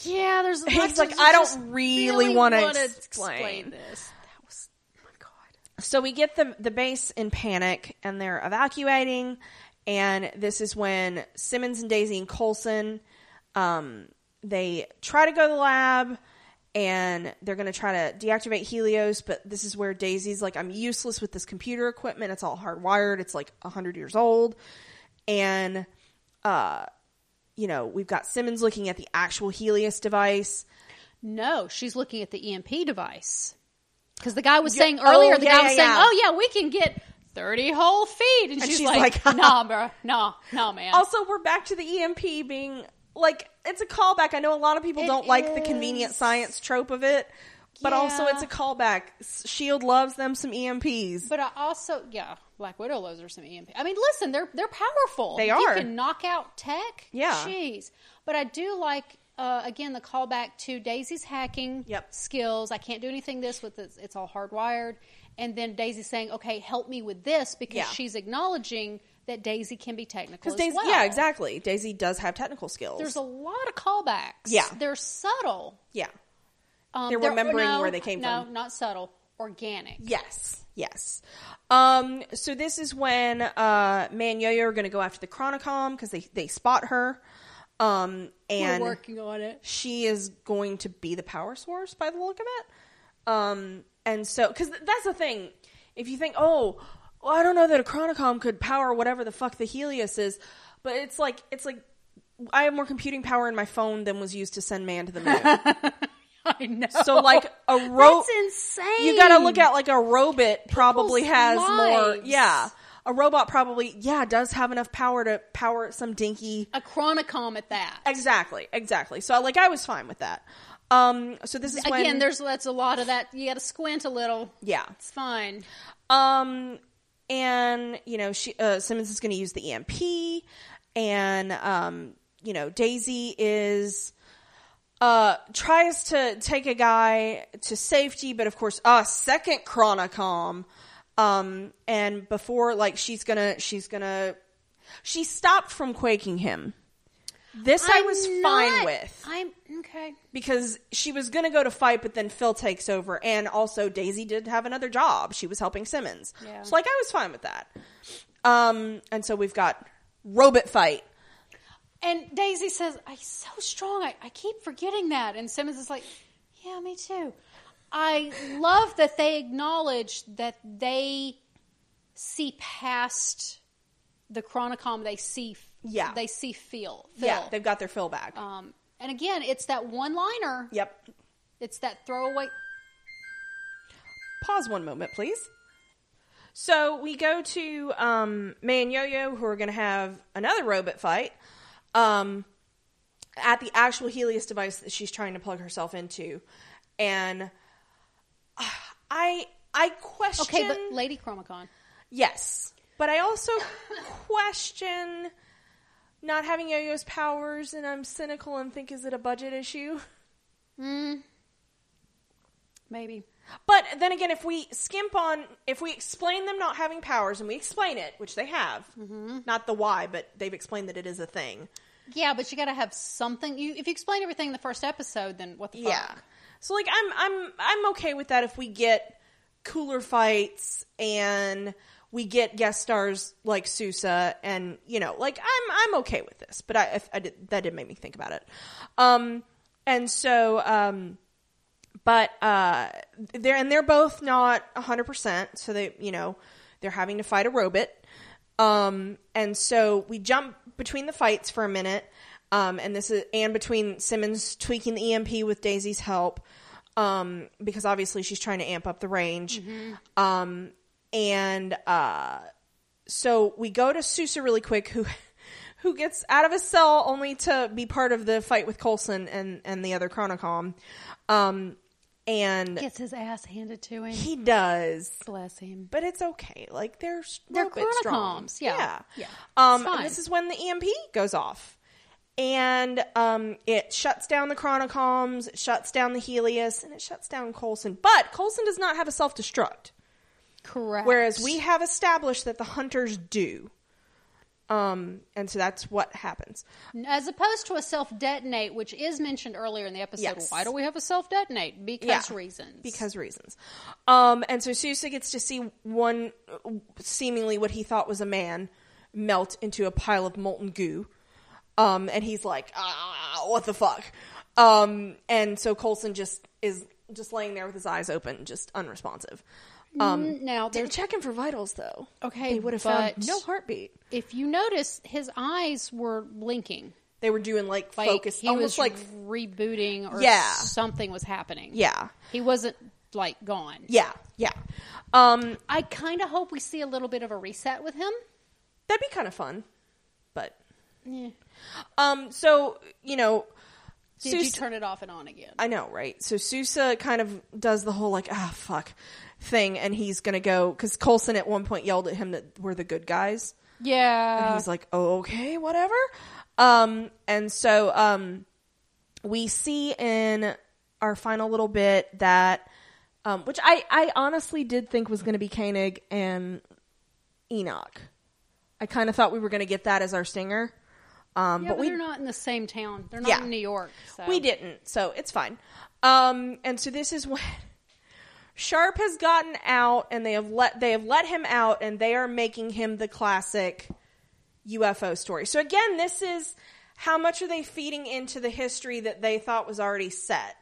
Yeah, there's.
He's
lots
like,
of-
I don't
just
really wanna
wanna
explain.
this. That was my God.
So we get the the base in panic, and they're evacuating. And this is when Simmons and Daisy and Colson, um, they try to go to the lab, and they're going to try to deactivate Helios. But this is where Daisy's like, "I'm useless with this computer equipment. It's all hardwired. It's like hundred years old." And uh, you know, we've got Simmons looking at the actual Helios device.
No, she's looking at the EMP device because the guy was
Yeah,
saying earlier.
oh,
the
yeah,
guy was
yeah,
saying,
yeah.
"Oh yeah, we can get." 30 whole feet. And, she's,
she's
like,
like,
nah, bro. Nah, nah, man.
Also, we're back to the EMP being like it's a callback. I know a lot of people
It
don't like the convenient
is.
science trope of it, but also
Yeah.
it's a callback. S- Shield loves them some E EMPs.
But I also, yeah, Black Widow lows are some EMP. I mean, listen, they're they're powerful.
They
If You
are.
can knock out tech.
Yeah.
Jeez. But I do like uh, again the callback to Daisy's hacking
Yep.
skills. I can't do anything this with this. It's all hardwired. And then Daisy saying, "Okay, help me with this," because
Yeah.
she's acknowledging that Daisy can be technical
Because
as
Daisy,
well.
yeah, exactly. Daisy does have technical skills.
There's a lot of callbacks.
Yeah.
they're subtle.
yeah,
Um,
They're remembering where they came
no,
from.
No, not subtle. Organic.
yes, yes. Um, so this is when uh, Man Yo-Yo are going to go after the Chronicom because they they spot her, um, and
We're working on it.
she is going to be the power source by the look of it. Um, and so, because th- that's the thing. If you think, oh, well, I don't know that a chronocom could power whatever the fuck the Helios is, but it's like it's like I have more computing power in my phone than was used to send man to the moon.
I know.
so like a rope,
That's insane.
you got to look at like a robot probably
People's
has more.
lives.
Yeah, a robot probably yeah does have enough power to power some dinky
a chronicom at that.
Exactly, exactly. So like I was fine with that. Um so this is when
Again, there's that's a lot of that. You got to squint a little.
yeah.
It's fine.
Um and you know, she uh, Simmons is going to use the EMP and um you know, Daisy is uh tries to take a guy to safety, but of course, uh second chronocom um and before like she's going to she's going to she stopped from quaking him. This i
I'm
was
not-
fine with.
I'm okay.
because she was going to go to fight, but then Phil takes over. And also, Daisy did have another job. She was helping Simmons.
Yeah.
So, like, I was fine with that. Um, and so we've got robot fight.
And Daisy says, "I'm so strong. I, I keep forgetting that." And Simmons is like, "Yeah, me too." I love that they acknowledge that they see past the chronicom they see
Yeah.
they see feel, feel.
Yeah, they've got their fill back.
um and again it's that one liner
yep.
it's that throwaway
Pause one moment, please. So we go to um, May and Yo Yo, who are going to have another robot fight um, at the actual Helios device that she's trying to plug herself into. And uh, I I question.
okay but lady chromacon
Yes. But I also question not having Yo Yo's powers, and I'm cynical and think, is it a budget issue?
maybe
But then again, if we skimp on, if we explain them not having powers and we explain it, which they have, not the why, but they've explained that it is a thing.
yeah but you gotta have something you if you explain everything in the first episode then what the fuck
So like, I'm I'm I'm okay with that if we get cooler fights and we get guest stars like Sousa and you know, like I'm I'm okay with this. But I, if- I did, that did make me think about it. Um, and so um. but uh they're and they're both not 100% so they you know they're having to fight a robot um and so we jump between the fights for a minute um and this is and between simmons tweaking the emp with daisy's help um because obviously she's trying to amp up the range um and uh so we go to Sousa really quick, who who gets out of his cell only to be part of the fight with Colson and and the other Chronocom. Um, and
gets his ass handed to him
he does,
bless him
but it's okay. Like they're s-
They're
little bit strong.
Chronocoms, yeah. Yeah.
Um,
It's fine.
and this is when the EMP goes off. And um, it shuts down the Chronocoms, it shuts down the Helios, and it shuts down Colson. But Colson does not have a self destruct.
correct
Whereas we have established that the hunters do. Um, and so that's what happens.
As opposed to a self detonate, which is mentioned earlier in the episode,
Yes.
why do we have a self detonate? Because reasons.
Because reasons. Um, and so Sousa gets to see one, uh, seemingly what he thought was a man, melt into a pile of molten goo. Um, and he's like, ah, what the fuck? Um, and so Colson just is just laying there with his eyes open, just unresponsive. Um,
Mm, now
they're
there's,
checking for vitals though.
Okay,
They would have
but-
found no heartbeat.
if you notice, his eyes were blinking.
They were doing like,
Like
focus,
he
almost
was
like
rebooting or
Yeah.
something was happening.
Yeah.
he wasn't like gone.
Yeah, yeah. Um,
I kind of hope we see a little bit of a reset with him.
that'd be kind of fun, but
Yeah.
um, so you know,
Did you
Sousa-
turn it off and on again?
I know, right? So Sousa kind of does the whole like ah fuck thing, and he's gonna go because Colson at one point yelled at him that we're the good guys. And
yeah,
he's like, oh, okay, whatever. Um, and so um, we see in our final little bit that, um, which I, I honestly did think was going to be Koenig and Enoch. I kind of thought we were going to get that as our stinger. Um,
yeah,
but,
but,
we
they're not in the same town. They're not
Yeah.
in New York. So.
we didn't, so it's fine. Um, and so this is when Sharp has gotten out, and they have let they have let him out, and they are making him the classic UFO story. So again, this is how much are they feeding into the history that they thought was already set?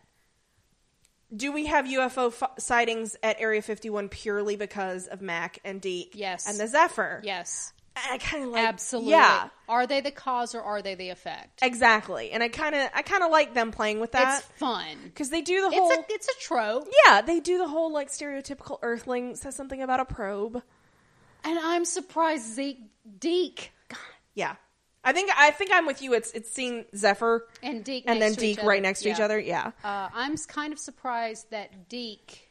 Do we have UFO f- sightings at Area 51 purely because of Mac and Deke?
Yes.
and the Zephyr.
Yes,
I kind of like
absolutely.
Yeah,
Are they the cause or are they the effect?
exactly. And I kind of I kind of like them playing with that
It's fun.
because they do the whole
It's a it's a trope,
Yeah, they do the whole like stereotypical Earthling says something about a probe.
and I'm surprised Zeke, Deke,
Yeah, I think I think I'm with you. It's it's seeing Zephyr
and Deke,
and
next
then
to each
Deke
other.
right next to each
Yeah.
other. Yeah,
Uh, I'm s- kind of surprised that Deke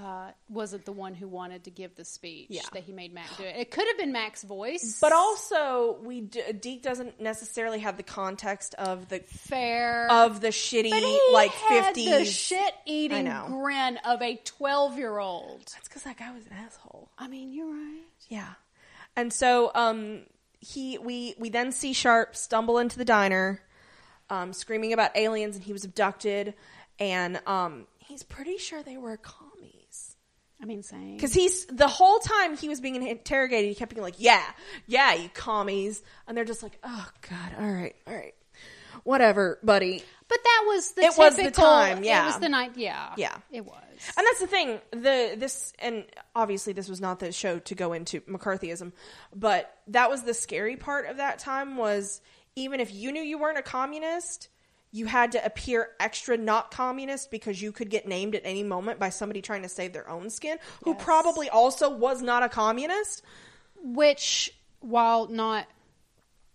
uh, wasn't the one who wanted to give the speech.
Yeah.
that he made Mac do it. It could have been Mac's voice,
but also we d- Deke doesn't necessarily have the context of the
fair.
of the shitty
but he
like
had the
fifties.
shit eating
I know.
grin of a twelve year old.
That's because that guy was an asshole.
I mean, you're right.
Yeah. And so um he we we then see Sharp stumble into the diner um screaming about aliens and he was abducted and um he's pretty sure they were commies.
I mean, saying
Cuz he's the whole time he was being interrogated he kept being like, "Yeah. Yeah, you commies." And they're just like, "Oh god. All right. All right." whatever, buddy.
But that was the
It
typical,
was the time,
It
yeah.
was the night. Yeah.
Yeah.
It was.
And that's the thing. The this and obviously this was not the show to go into McCarthyism, but that was the scary part of that time was even if you knew you weren't a communist, you had to appear extra not communist because you could get named at any moment by somebody trying to save their own skin who
Yes.
probably also was not a communist.
Which, while not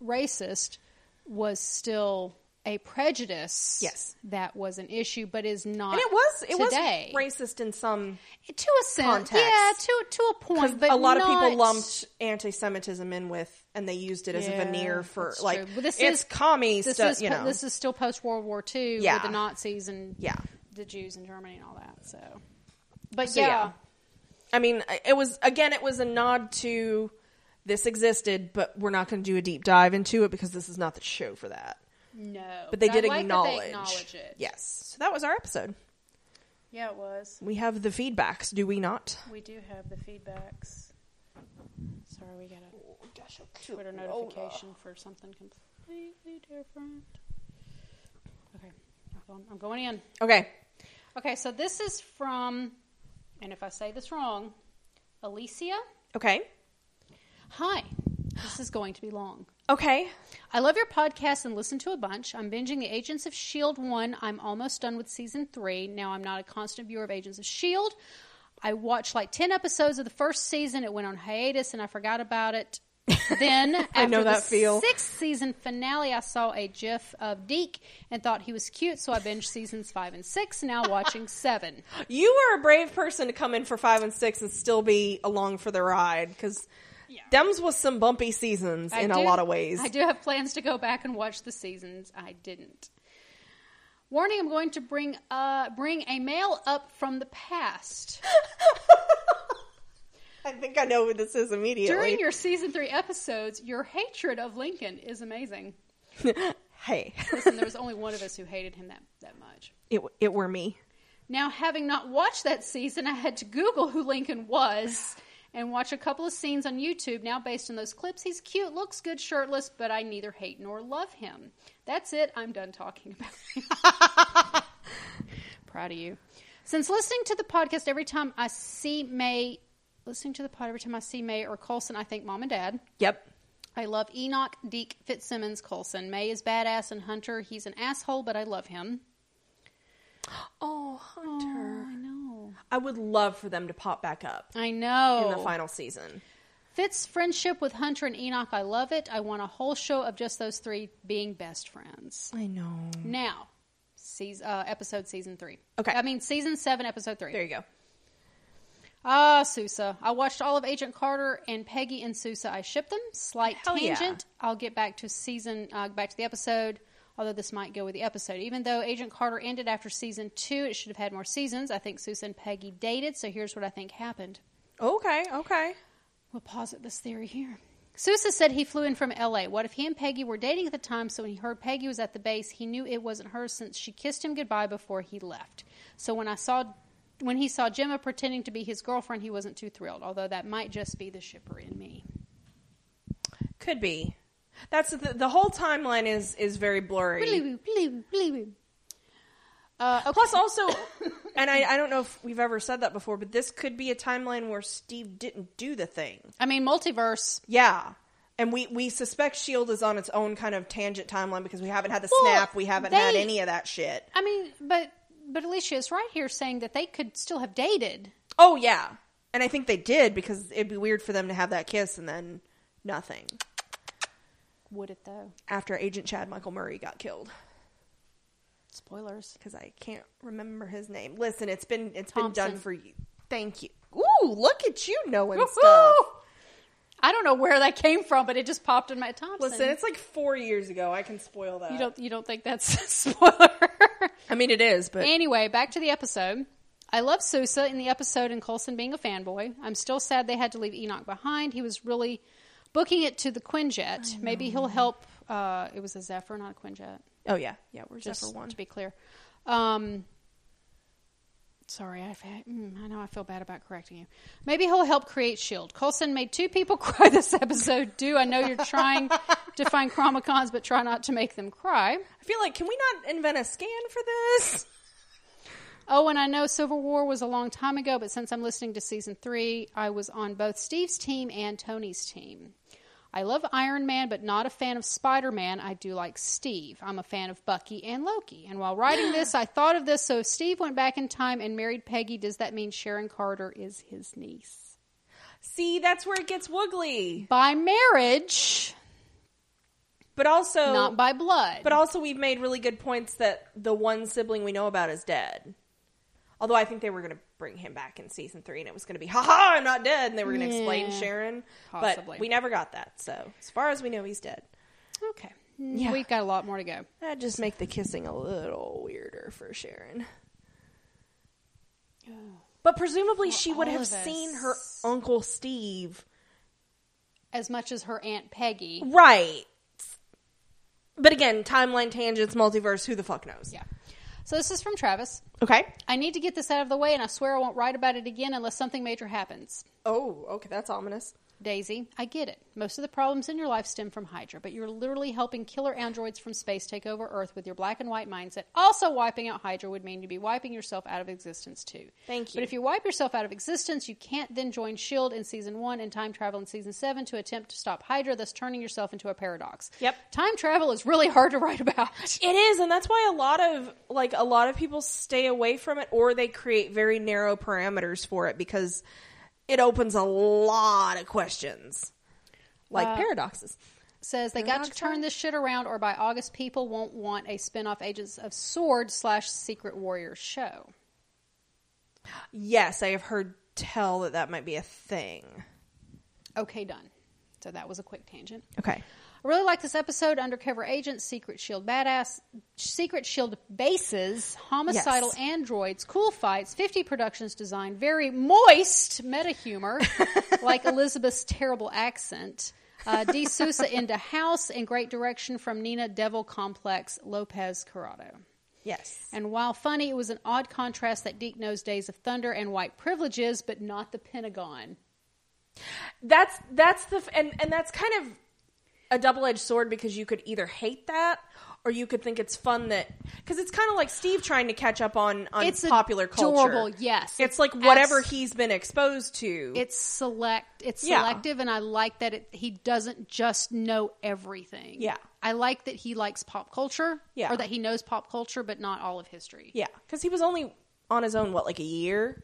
racist, was still a prejudice.
Yes.
That was an issue, but is not.
And it was it
today.
was racist in some
to a sense,
context.
yeah, to to a point,
because
but
a lot of
not-
people lumped anti-Semitism in with, and they used it as
Yeah,
a veneer for
that's
like
true. Well, this
it's
is-
commie
This
stuff,
is
you
po-
know.
this is still post World War II
Yeah.
with the Nazis and
Yeah.
the Jews in Germany and all that. So, but
So,
yeah,
yeah. I mean, I- it was again, it was a nod to this existed, but we're not going to do a deep dive into it because this is not the show for that.
no,
But they
I
did
like that
acknowledge.
they acknowledge it.
Yes, so that was our episode.
yeah, it was.
We have the feedbacks, do we not?
We do have the feedbacks. Sorry, we got a Twitter notification for something completely different. Okay, I'm going, I'm going in.
Oh, Okay,
Okay, so this is from, and if I say this wrong, Alicia.
okay,
Hi, this is going to be long.
okay.
I love your podcast and listen to a bunch. I'm binging the Agents of S.H.I.E.L.D. E one. I'm almost done with season three. Now I'm not a constant viewer of Agents of S.H.I.E.L.D. E I watched like 10 episodes of the first season. It went on hiatus and I forgot about it. Then, after
know
the
that feel.
sixth season finale, I saw a gif of Deke and thought he was cute, so I binged seasons five and six, now watching seven.
You were a brave person to come in for five and six and still be along for the ride because
Yeah.
Dems was some bumpy seasons
I
in a
do-
lot of ways.
I do have plans to go back and watch the seasons. I didn't. Warning: I'm going to bring uh bring a male up from the past.
I think I know who this is immediately.
During your season three episodes, your hatred of Lincoln is amazing.
hey,
Listen, there was only one of us who hated him that that much.
it it were me.
Now, having not watched that season, I had to Google who Lincoln was and watch a couple of scenes on YouTube. Now, based on those clips, he's cute, looks good, shirtless, but I neither hate nor love him. That's it. I'm done talking about him. Proud of you. Since listening to the podcast every time I see May, listening to the pod every time I see May or Colson, I think mom and dad.
Yep.
I love Enoch, Deke, Fitzsimmons, Colson. May is badass, and Hunter, he's an asshole, but I love him.
Oh, Hunter.
I know.
I would love for them to pop back up
Oh, I know.
in the final season.
Fitz friendship with Hunter and Enoch, I love it. I want a whole show of just those three being best friends.
I know.
Now, season, uh, episode season three.
Okay.
I mean, season seven, episode
There
three.
you go.
Ah, Sousa. I watched all of Agent Carter and Peggy and Sousa. I ship them. Slight
Hell yeah.
tangent. I'll get back to season, uh, back to the episode. Although this might go with the episode. Even though Agent Carter ended after season two, it should have had more seasons. I think Sousa and Peggy dated, so here's what I think happened.
Okay, okay.
We'll posit this theory here. Sousa said he flew in from LA. What if he and Peggy were dating at the time, so when he heard Peggy was at the base, he knew it wasn't her since she kissed him goodbye before he left. So when I saw when he saw Gemma pretending to be his girlfriend, he wasn't too thrilled, although that might just be the shipper in me.
Could be. That's the, the whole timeline is is very blurry.
Uh, okay.
Plus, also, and I, I don't know if we've ever said that before, but this could be a timeline where Steve didn't do the thing.
I mean, multiverse.
Yeah. And we, we suspect Shield E is on its own kind of tangent timeline because we haven't had the
Well,
snap, we haven't had
they-
any of that shit.
I mean, but but Alicia is right here saying that they could still have dated.
Oh yeah, and I think they did because it'd be weird for them to have that kiss and then nothing
Would it though?
after Agent Chad Michael Murray got killed
Spoilers.
because I can't remember his name. Listen, it's been it's been
Thompson.
done for you. Thank you. Ooh, look at you knowing stuff.
Woohoo! I don't know where that came from, but it just popped in my Thompson.
Listen, it's like four years ago. I can spoil that.
you don't you don't think that's a spoiler?
I mean, it is, but
anyway, back to the episode. I love Sousa in the episode and Colson being a fanboy. I'm still sad they had to leave Enoch behind. He was really booking it to the Quinjet. Maybe he'll help. Uh, it was a Zephyr, not a Quinjet.
oh yeah, yeah, we're
Just
just for one.
to be clear. Um, sorry, I've had, mm, I know I feel bad about correcting you. E Maybe he'll help create Shield. Colson made two people cry this episode. Do I know you're trying to find Chromacons, but try not to make them cry.
I feel like, can we not invent a scan for this?
Oh, and I know Civil War was a long time ago, but since I'm listening to season three, I was on both Steve's team and Tony's team. I love Iron Man, but not a fan of Spider Man. I do like Steve. I'm a fan of Bucky and Loki. And while writing this, I thought of this. So if Steve went back in time and married Peggy, does that mean Sharon Carter is his niece?
See, that's where it gets woogly.
By marriage,
But also,
not by blood.
but also, we've made really good points that the one sibling we know about is dead. Although I think they were going to bring him back in season three, and it was going to be, haha, I'm not dead, and they were going to explain
Yeah.
Sharon.
Possibly.
But we never got that. So as far as we know, he's dead.
okay. We've got a lot more to go.
That just make the kissing a little weirder for Sharon. But presumably, she would
all
have
of us.
seen her uncle Steve,
As much as her Aunt Peggy.
right? But again, timeline tangents, multiverse, who the fuck knows?
Yeah. So this is from Travis.
Okay.
I need to get this out of the way, and I swear I won't write about it again unless something major happens.
Oh, okay, that's ominous.
Daisy, I get it. Most of the problems in your life stem from Hydra, but you're literally helping killer androids from space take over Earth with your black and white mindset. Also, wiping out Hydra would mean you'd be wiping yourself out of existence, too.
Thank you.
But if you wipe yourself out of existence, you can't then join S.H.I.E.L.D. E in season one and time travel in season seven to attempt to stop Hydra, thus turning yourself into a paradox.
Yep.
Time travel is really hard to write about.
It is, and that's why a lot of like a lot of people stay away from it, or they create very narrow parameters for it because it opens a lot of questions, like paradoxes.
says they got to turn this shit around or by August people won't want a spin-off Agents of Sword slash Secret Warrior show.
Yes, I have heard tell that that might be a thing.
Okay, done. So that was a quick tangent.
Okay.
I really like this episode, Undercover Agent, Secret Shield Badass, Secret Shield Bases, Homicidal
Yes.
Androids, Cool Fights, 50 Productions Design, very moist meta humor, like Elizabeth's terrible accent, uh, D. Sousa into House, and great direction from Nina Devil Complex, Lopez Corrado.
Yes.
And while funny, it was an odd contrast that Deke knows Days of Thunder and white privileges, but not the Pentagon.
That's that's the f- and and that's kind of a double-edged sword because you could either hate that or you could think it's fun that because it's kind of like Steve trying to catch up on on
It's
popular
adorable,
culture.
yes.
It's
It's
like whatever
abs-
he's been exposed to.
It's select. It's
Yeah.
selective, and I like that it, he doesn't just know everything.
Yeah.
I like that he likes pop culture.
Yeah.
or that he knows pop culture, but not all of history.
Yeah, because he was only on his own what like a year.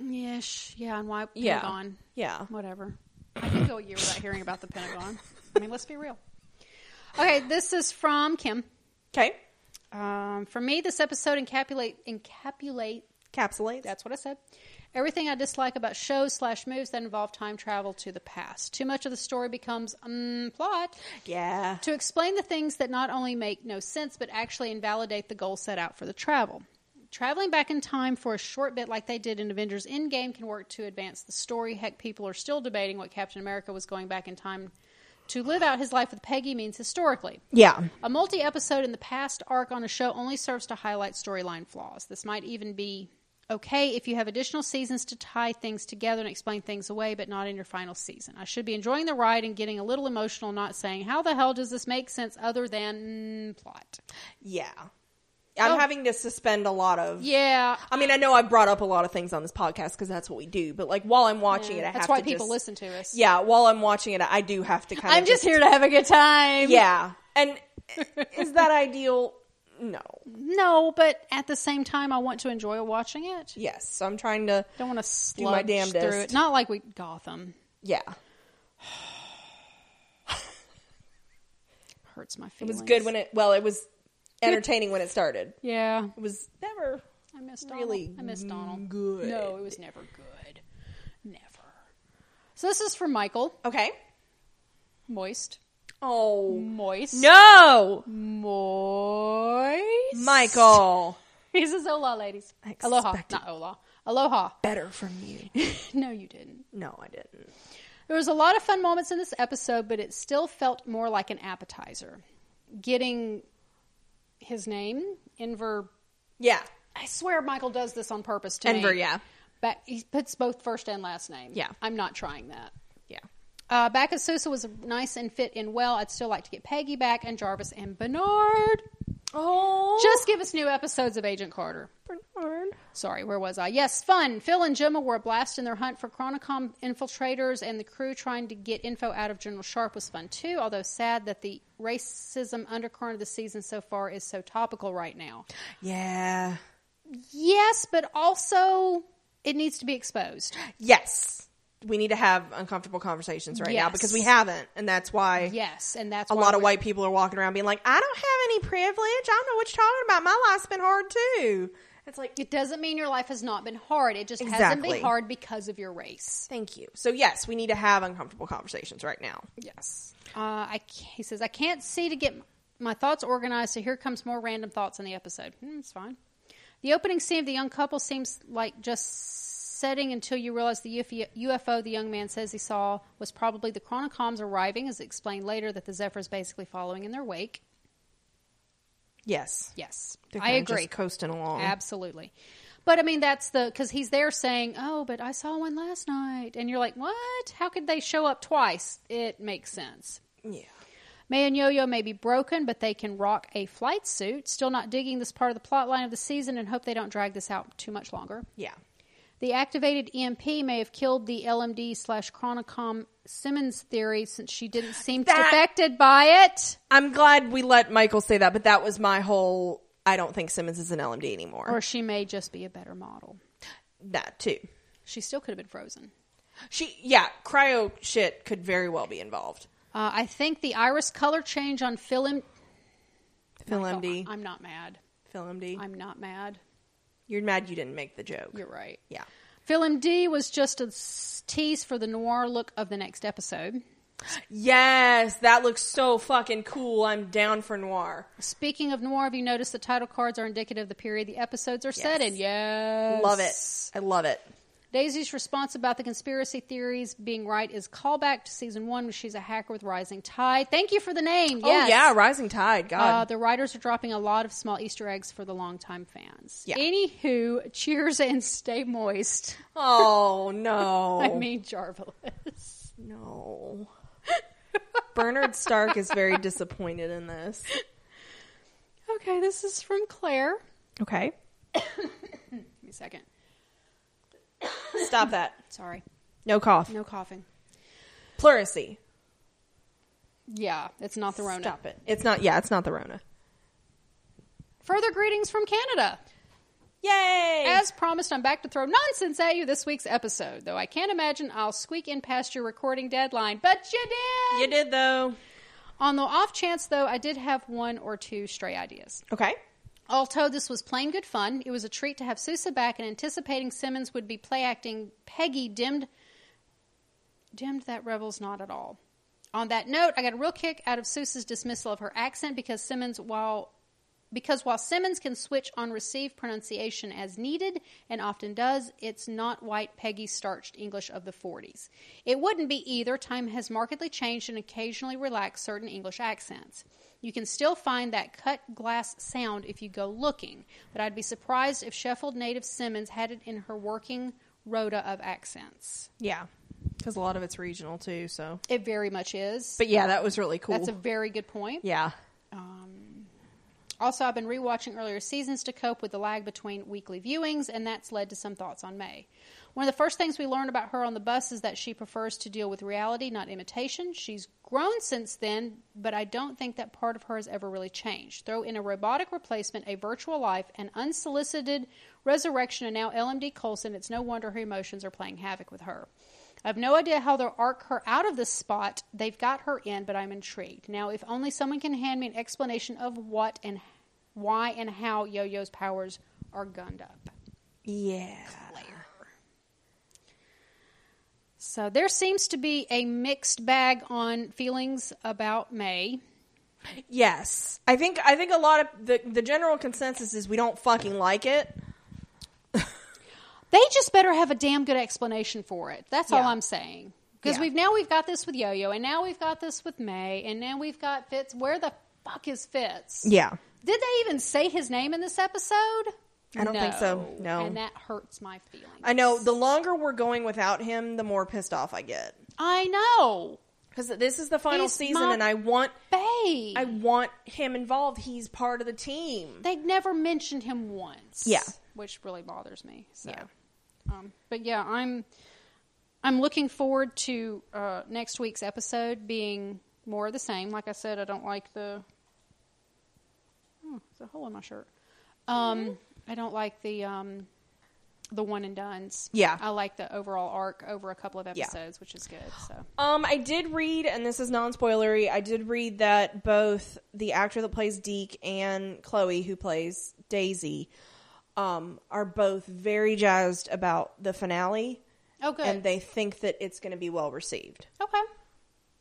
Yesh. Yeah, and why
Yeah.
Pentagon?
Yeah.
whatever. I can go a year without hearing about the Pentagon. I mean, let's be real. Okay, this is from Kim.
Okay,
Um, for me, this episode encapsulate encapsulate
capsulates.
That's what I said. Everything I dislike about shows slash moves that involve time travel to the past. Too much of the story becomes um, plot
yeah.
to explain the things that not only make no sense but actually invalidate the goal set out for the travel. Traveling back in time for a short bit, like they did in Avengers Endgame, can work to advance the story. Heck, people are still debating what Captain America was going back in time to live out his life with Peggy means historically.
Yeah.
A multi episode in the past arc on a show only serves to highlight storyline flaws. This might even be okay if you have additional seasons to tie things together and explain things away, but not in your final season. I should be enjoying the ride and getting a little emotional, not saying, How the hell does this make sense other than mm, plot?
Yeah. I'm
Oh.
having to suspend a lot of.
Yeah.
I mean, I know I've brought up a lot of things on this podcast because that's what we do. But like while I'm watching it, I
That's
have
why
to
people
just-
listen to us.
Yeah, while I'm watching it, I do have to kind
I'm
of.
just here to have a good time.
Yeah, and is that ideal? No.
No, but at the same time, I want to enjoy watching it.
Yes, so I'm trying to.
Don't want to
Do my
sludge
damnedest.
through it. Not like we Gotham
Yeah,
hurts my
it
feelings.
was good when it. Well, it was entertaining when it started.
Yeah.
It was never
I missed Donald.
really
I missed Donald.
good.
No, it was never good. Never. So this is for Michael.
okay.
Moist.
Oh
Moist.
no,
Moist.
Michael.
He says Ola, ladies.
I
Aloha.
expected-
Not Ola. Aloha.
Better from you.
no, you didn't.
No, I didn't.
There was a lot of fun moments in this episode, but it still felt more like an appetizer. Getting his name, Inver.
Yeah.
I swear Michael does this on purpose to me.
Enver, yeah.
But he puts both first and last name.
Yeah.
I'm not trying that.
Yeah.
Uh, back at Sousa was nice and fit in well. I'd still like to get Peggy back and Jarvis and Bernard.
Oh,
Just give us new episodes of Agent Carter.
Bernard.
Sorry, where was I? Yes, fun. Phil and Gemma were a blast in their hunt for Chronicom infiltrators, and the crew trying to get info out of General Sharp was fun too, although sad that the racism undercurrent of the season so far is so topical right now.
Yeah.
Yes, but also it needs to be exposed.
Yes. We need to have uncomfortable conversations right now
Yes.
because we haven't, and that's why
Yes, and that's
a
why
lot of
we're-
white people are walking around being like, "I don't have any privilege. I don't know what you're talking about. My life's been hard too." It's like,
It doesn't mean your life has not been hard. It just hasn't
Exactly.
been hard because of your race.
thank you. So yes, we need to have uncomfortable conversations right now.
Yes. Uh, I, ca- he says, I can't see to get m- my thoughts organized, so here comes more random thoughts in the episode. Hmm, it's fine. The opening scene of the young couple seems like just setting until you realize the UFO, UFO the young man says he saw was probably the Chronicoms arriving, as explained later that the Zephyr is basically following in their wake.
Yes,
Yes,
They're
I
kinda just
agree.
coasting along.
Absolutely. But I mean, that's the because he's there saying, "Oh, but I saw one last night," and you're like, "What? How could they show up twice?" It makes sense.
yeah.
May and Yo-Yo may be broken, but they can rock a flight suit. Still not digging this part of the plot line of the season, and hope they don't drag this out too much longer.
Yeah.
The activated EMP may have killed the LMD slash Chronicom Simmons theory, since she didn't seem
That-
affected by it,
I'm glad we let Michael say that, but that was my whole I don't think Simmons is an LMD anymore.
or she may just be a better model.
that too.
She still could have been frozen.
She yeah, cryo shit could very well be involved.
Uh, I think the iris color change on Phil M-
Phil
Michael,
MD.
I'm not mad.
Phil MD.
I'm not mad.
You're mad you didn't make the joke.
You're right.
yeah.
Phil MD was just a s- tease for the noir look of the next episode.
Yes, that looks so fucking cool. I'm down for noir.
Speaking of noir, have you noticed the title cards are indicative of the period the episodes are set in? Yes.
Love it. I love it.
Daisy's response about the conspiracy theories being right is callback to season one when she's a hacker with Rising Tide. Thank you for the name. Yes.
Oh yeah, Rising Tide.
Uh,
God.
the writers are dropping a lot of small Easter eggs for the longtime fans.
Yeah.
Anywho, cheers and stay moist.
oh no.
I mean, Jarvis.
no. Bernard Stark is very disappointed in this.
Okay, this is from Claire.
Okay.
Give me a second.
Stop that.
Sorry.
No cough.
No coughing.
Pleurisy.
Yeah, it's not the Rona.
Stop it. It's not. Yeah, it's not the Rona.
Further greetings from Canada.
Yay!
As promised, I'm back to throw nonsense at you this week's episode, though I can't imagine I'll squeak in past your recording deadline. But you did!
you did though.
On the off chance, though, I did have one or two stray ideas.
Okay.
All told, this was plain good fun. It was a treat to have Sousa back, and anticipating Simmons would be play acting Peggy dimmed dimmed that revels not at all. On that note, I got a real kick out of Sousa's dismissal of her accent because Simmons, while because while Simmons can switch on received pronunciation as needed and often does, it's not white Peggy starched English of the 40s. It wouldn't be either. Time has markedly changed and occasionally relaxed certain English accents. You can still find that cut glass sound if you go looking, but I'd be surprised if Sheffield native Simmons had it in her working rota of accents.
Yeah, because a lot of it's regional too. So,
It very much is.
but yeah, that was really cool.
That's a very good point.
yeah.
Um, also, I've been rewatching earlier seasons to cope with the lag between weekly viewings, and that's led to some thoughts on May. One of the first things we learned about her on the bus is that she prefers to deal with reality, not imitation. She's grown since then, but I don't think that part of her has ever really changed. Throw in a robotic replacement, a virtual life, an unsolicited resurrection, and now LMD Colson, it's no wonder her emotions are playing havoc with her. I have no idea how they'll arc her out of this spot. They've got her in, but I'm intrigued. Now, if only someone can hand me an explanation of what and why and how Yo Yo's powers are gunned up.
Yeah.
Layer. So there seems to be a mixed bag on feelings about May.
Yes, I think I think a lot of the the general consensus is we don't fucking like it.
They just better have a damn good explanation for it. That's all
Yeah.
I'm saying. Because
Yeah.
we've now we've got this with Yo Yo, and now we've got this with May, and now we've got Fitz. Where the fuck is Fitz?
Yeah.
Did they even say his name in this episode?
I don't think so. No.
And that hurts my feelings.
I know. The longer we're going without him, the more pissed off I get.
I know.
because this is the final
He's
season,
my-
and I want
Babe.
I want him involved. He's part of the team.
they never mentioned him once.
Yeah.
which really bothers me. So.
Yeah.
Um, but yeah, I'm I'm looking forward to uh, next week's episode being more of the same. Like I said, I don't like the oh, there's a hole in my shirt. Um, I don't like the um, the one and duns.
Yeah.
I like the overall arc over a couple of
Yeah.
episodes, which is good. So
Um, I did read, and this is non-spoilery. I did read that both the actor that plays Deke and Chloe, who plays Daisy, um, are both very jazzed about the finale,
oh, good.
and they think that it's going to be well received.
okay,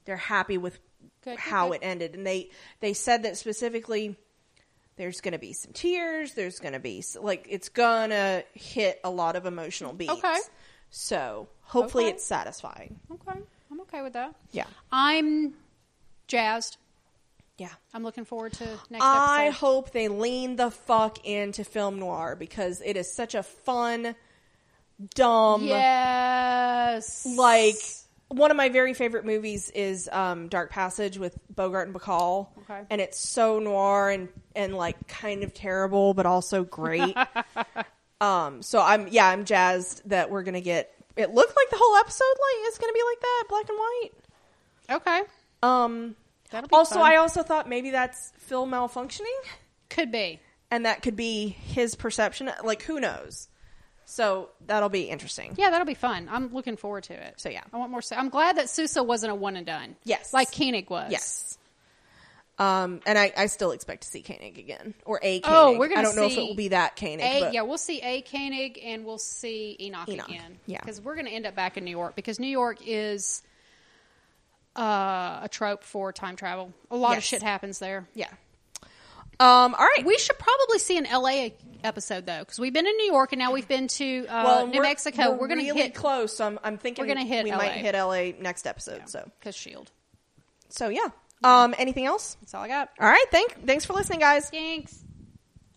They're happy with
Good, good,
how
good.
it ended, and they they said that specifically. There's going to be some tears. There's going to be s- like it's gonna hit a lot of emotional beats.
Okay.
So hopefully
Okay.
it's satisfying.
okay, I'm okay with that.
Yeah.
I'm jazzed.
Yeah.
I'm looking forward to next episode.
I hope they lean the fuck into film noir because it is such a fun, dumb,
yes,
like one of my very favorite movies is um, Dark Passage with Bogart and Bacall,
Okay.
and it's so noir and and like kind of terrible but also great. um, so I'm yeah I'm jazzed that we're gonna get. It looked like the whole episode like is gonna be like that, black and white.
okay.
Um,
That'll be
also,
fun.
I also thought maybe that's Phil malfunctioning.
Could be.
and that could be his perception. Like, who knows? So that'll be interesting.
Yeah, that'll be fun. I'm looking forward to it.
So, yeah.
I want more. Su- I'm glad that Sousa wasn't a one and done.
Yes.
like Koenig was.
Yes. Um, and I, I still expect to see Koenig again or a Koenig.
Oh, we're gonna
I don't know if
see
it will be that Koenig.
A,
but
yeah, we'll see A Koenig and we'll see Enoch,
Enoch,
again.
yeah.
because we're going to end up back in New York because New York is uh, a trope for time travel. A lot of
Yes.
shit happens there.
yeah. Um, all right.
We should probably see an LA episode though, because we've been in New York and now we've been to uh,
well,
New
we're-
Mexico. We're,
We're,
going to
really
hit
close. So I'm, I'm thinking
We're gonna hit
we
LA.
might hit LA next episode. So,
because Shield.
so yeah. Um, anything else?
That's all I got.
All right. Thank, thanks for listening, guys.
Thanks.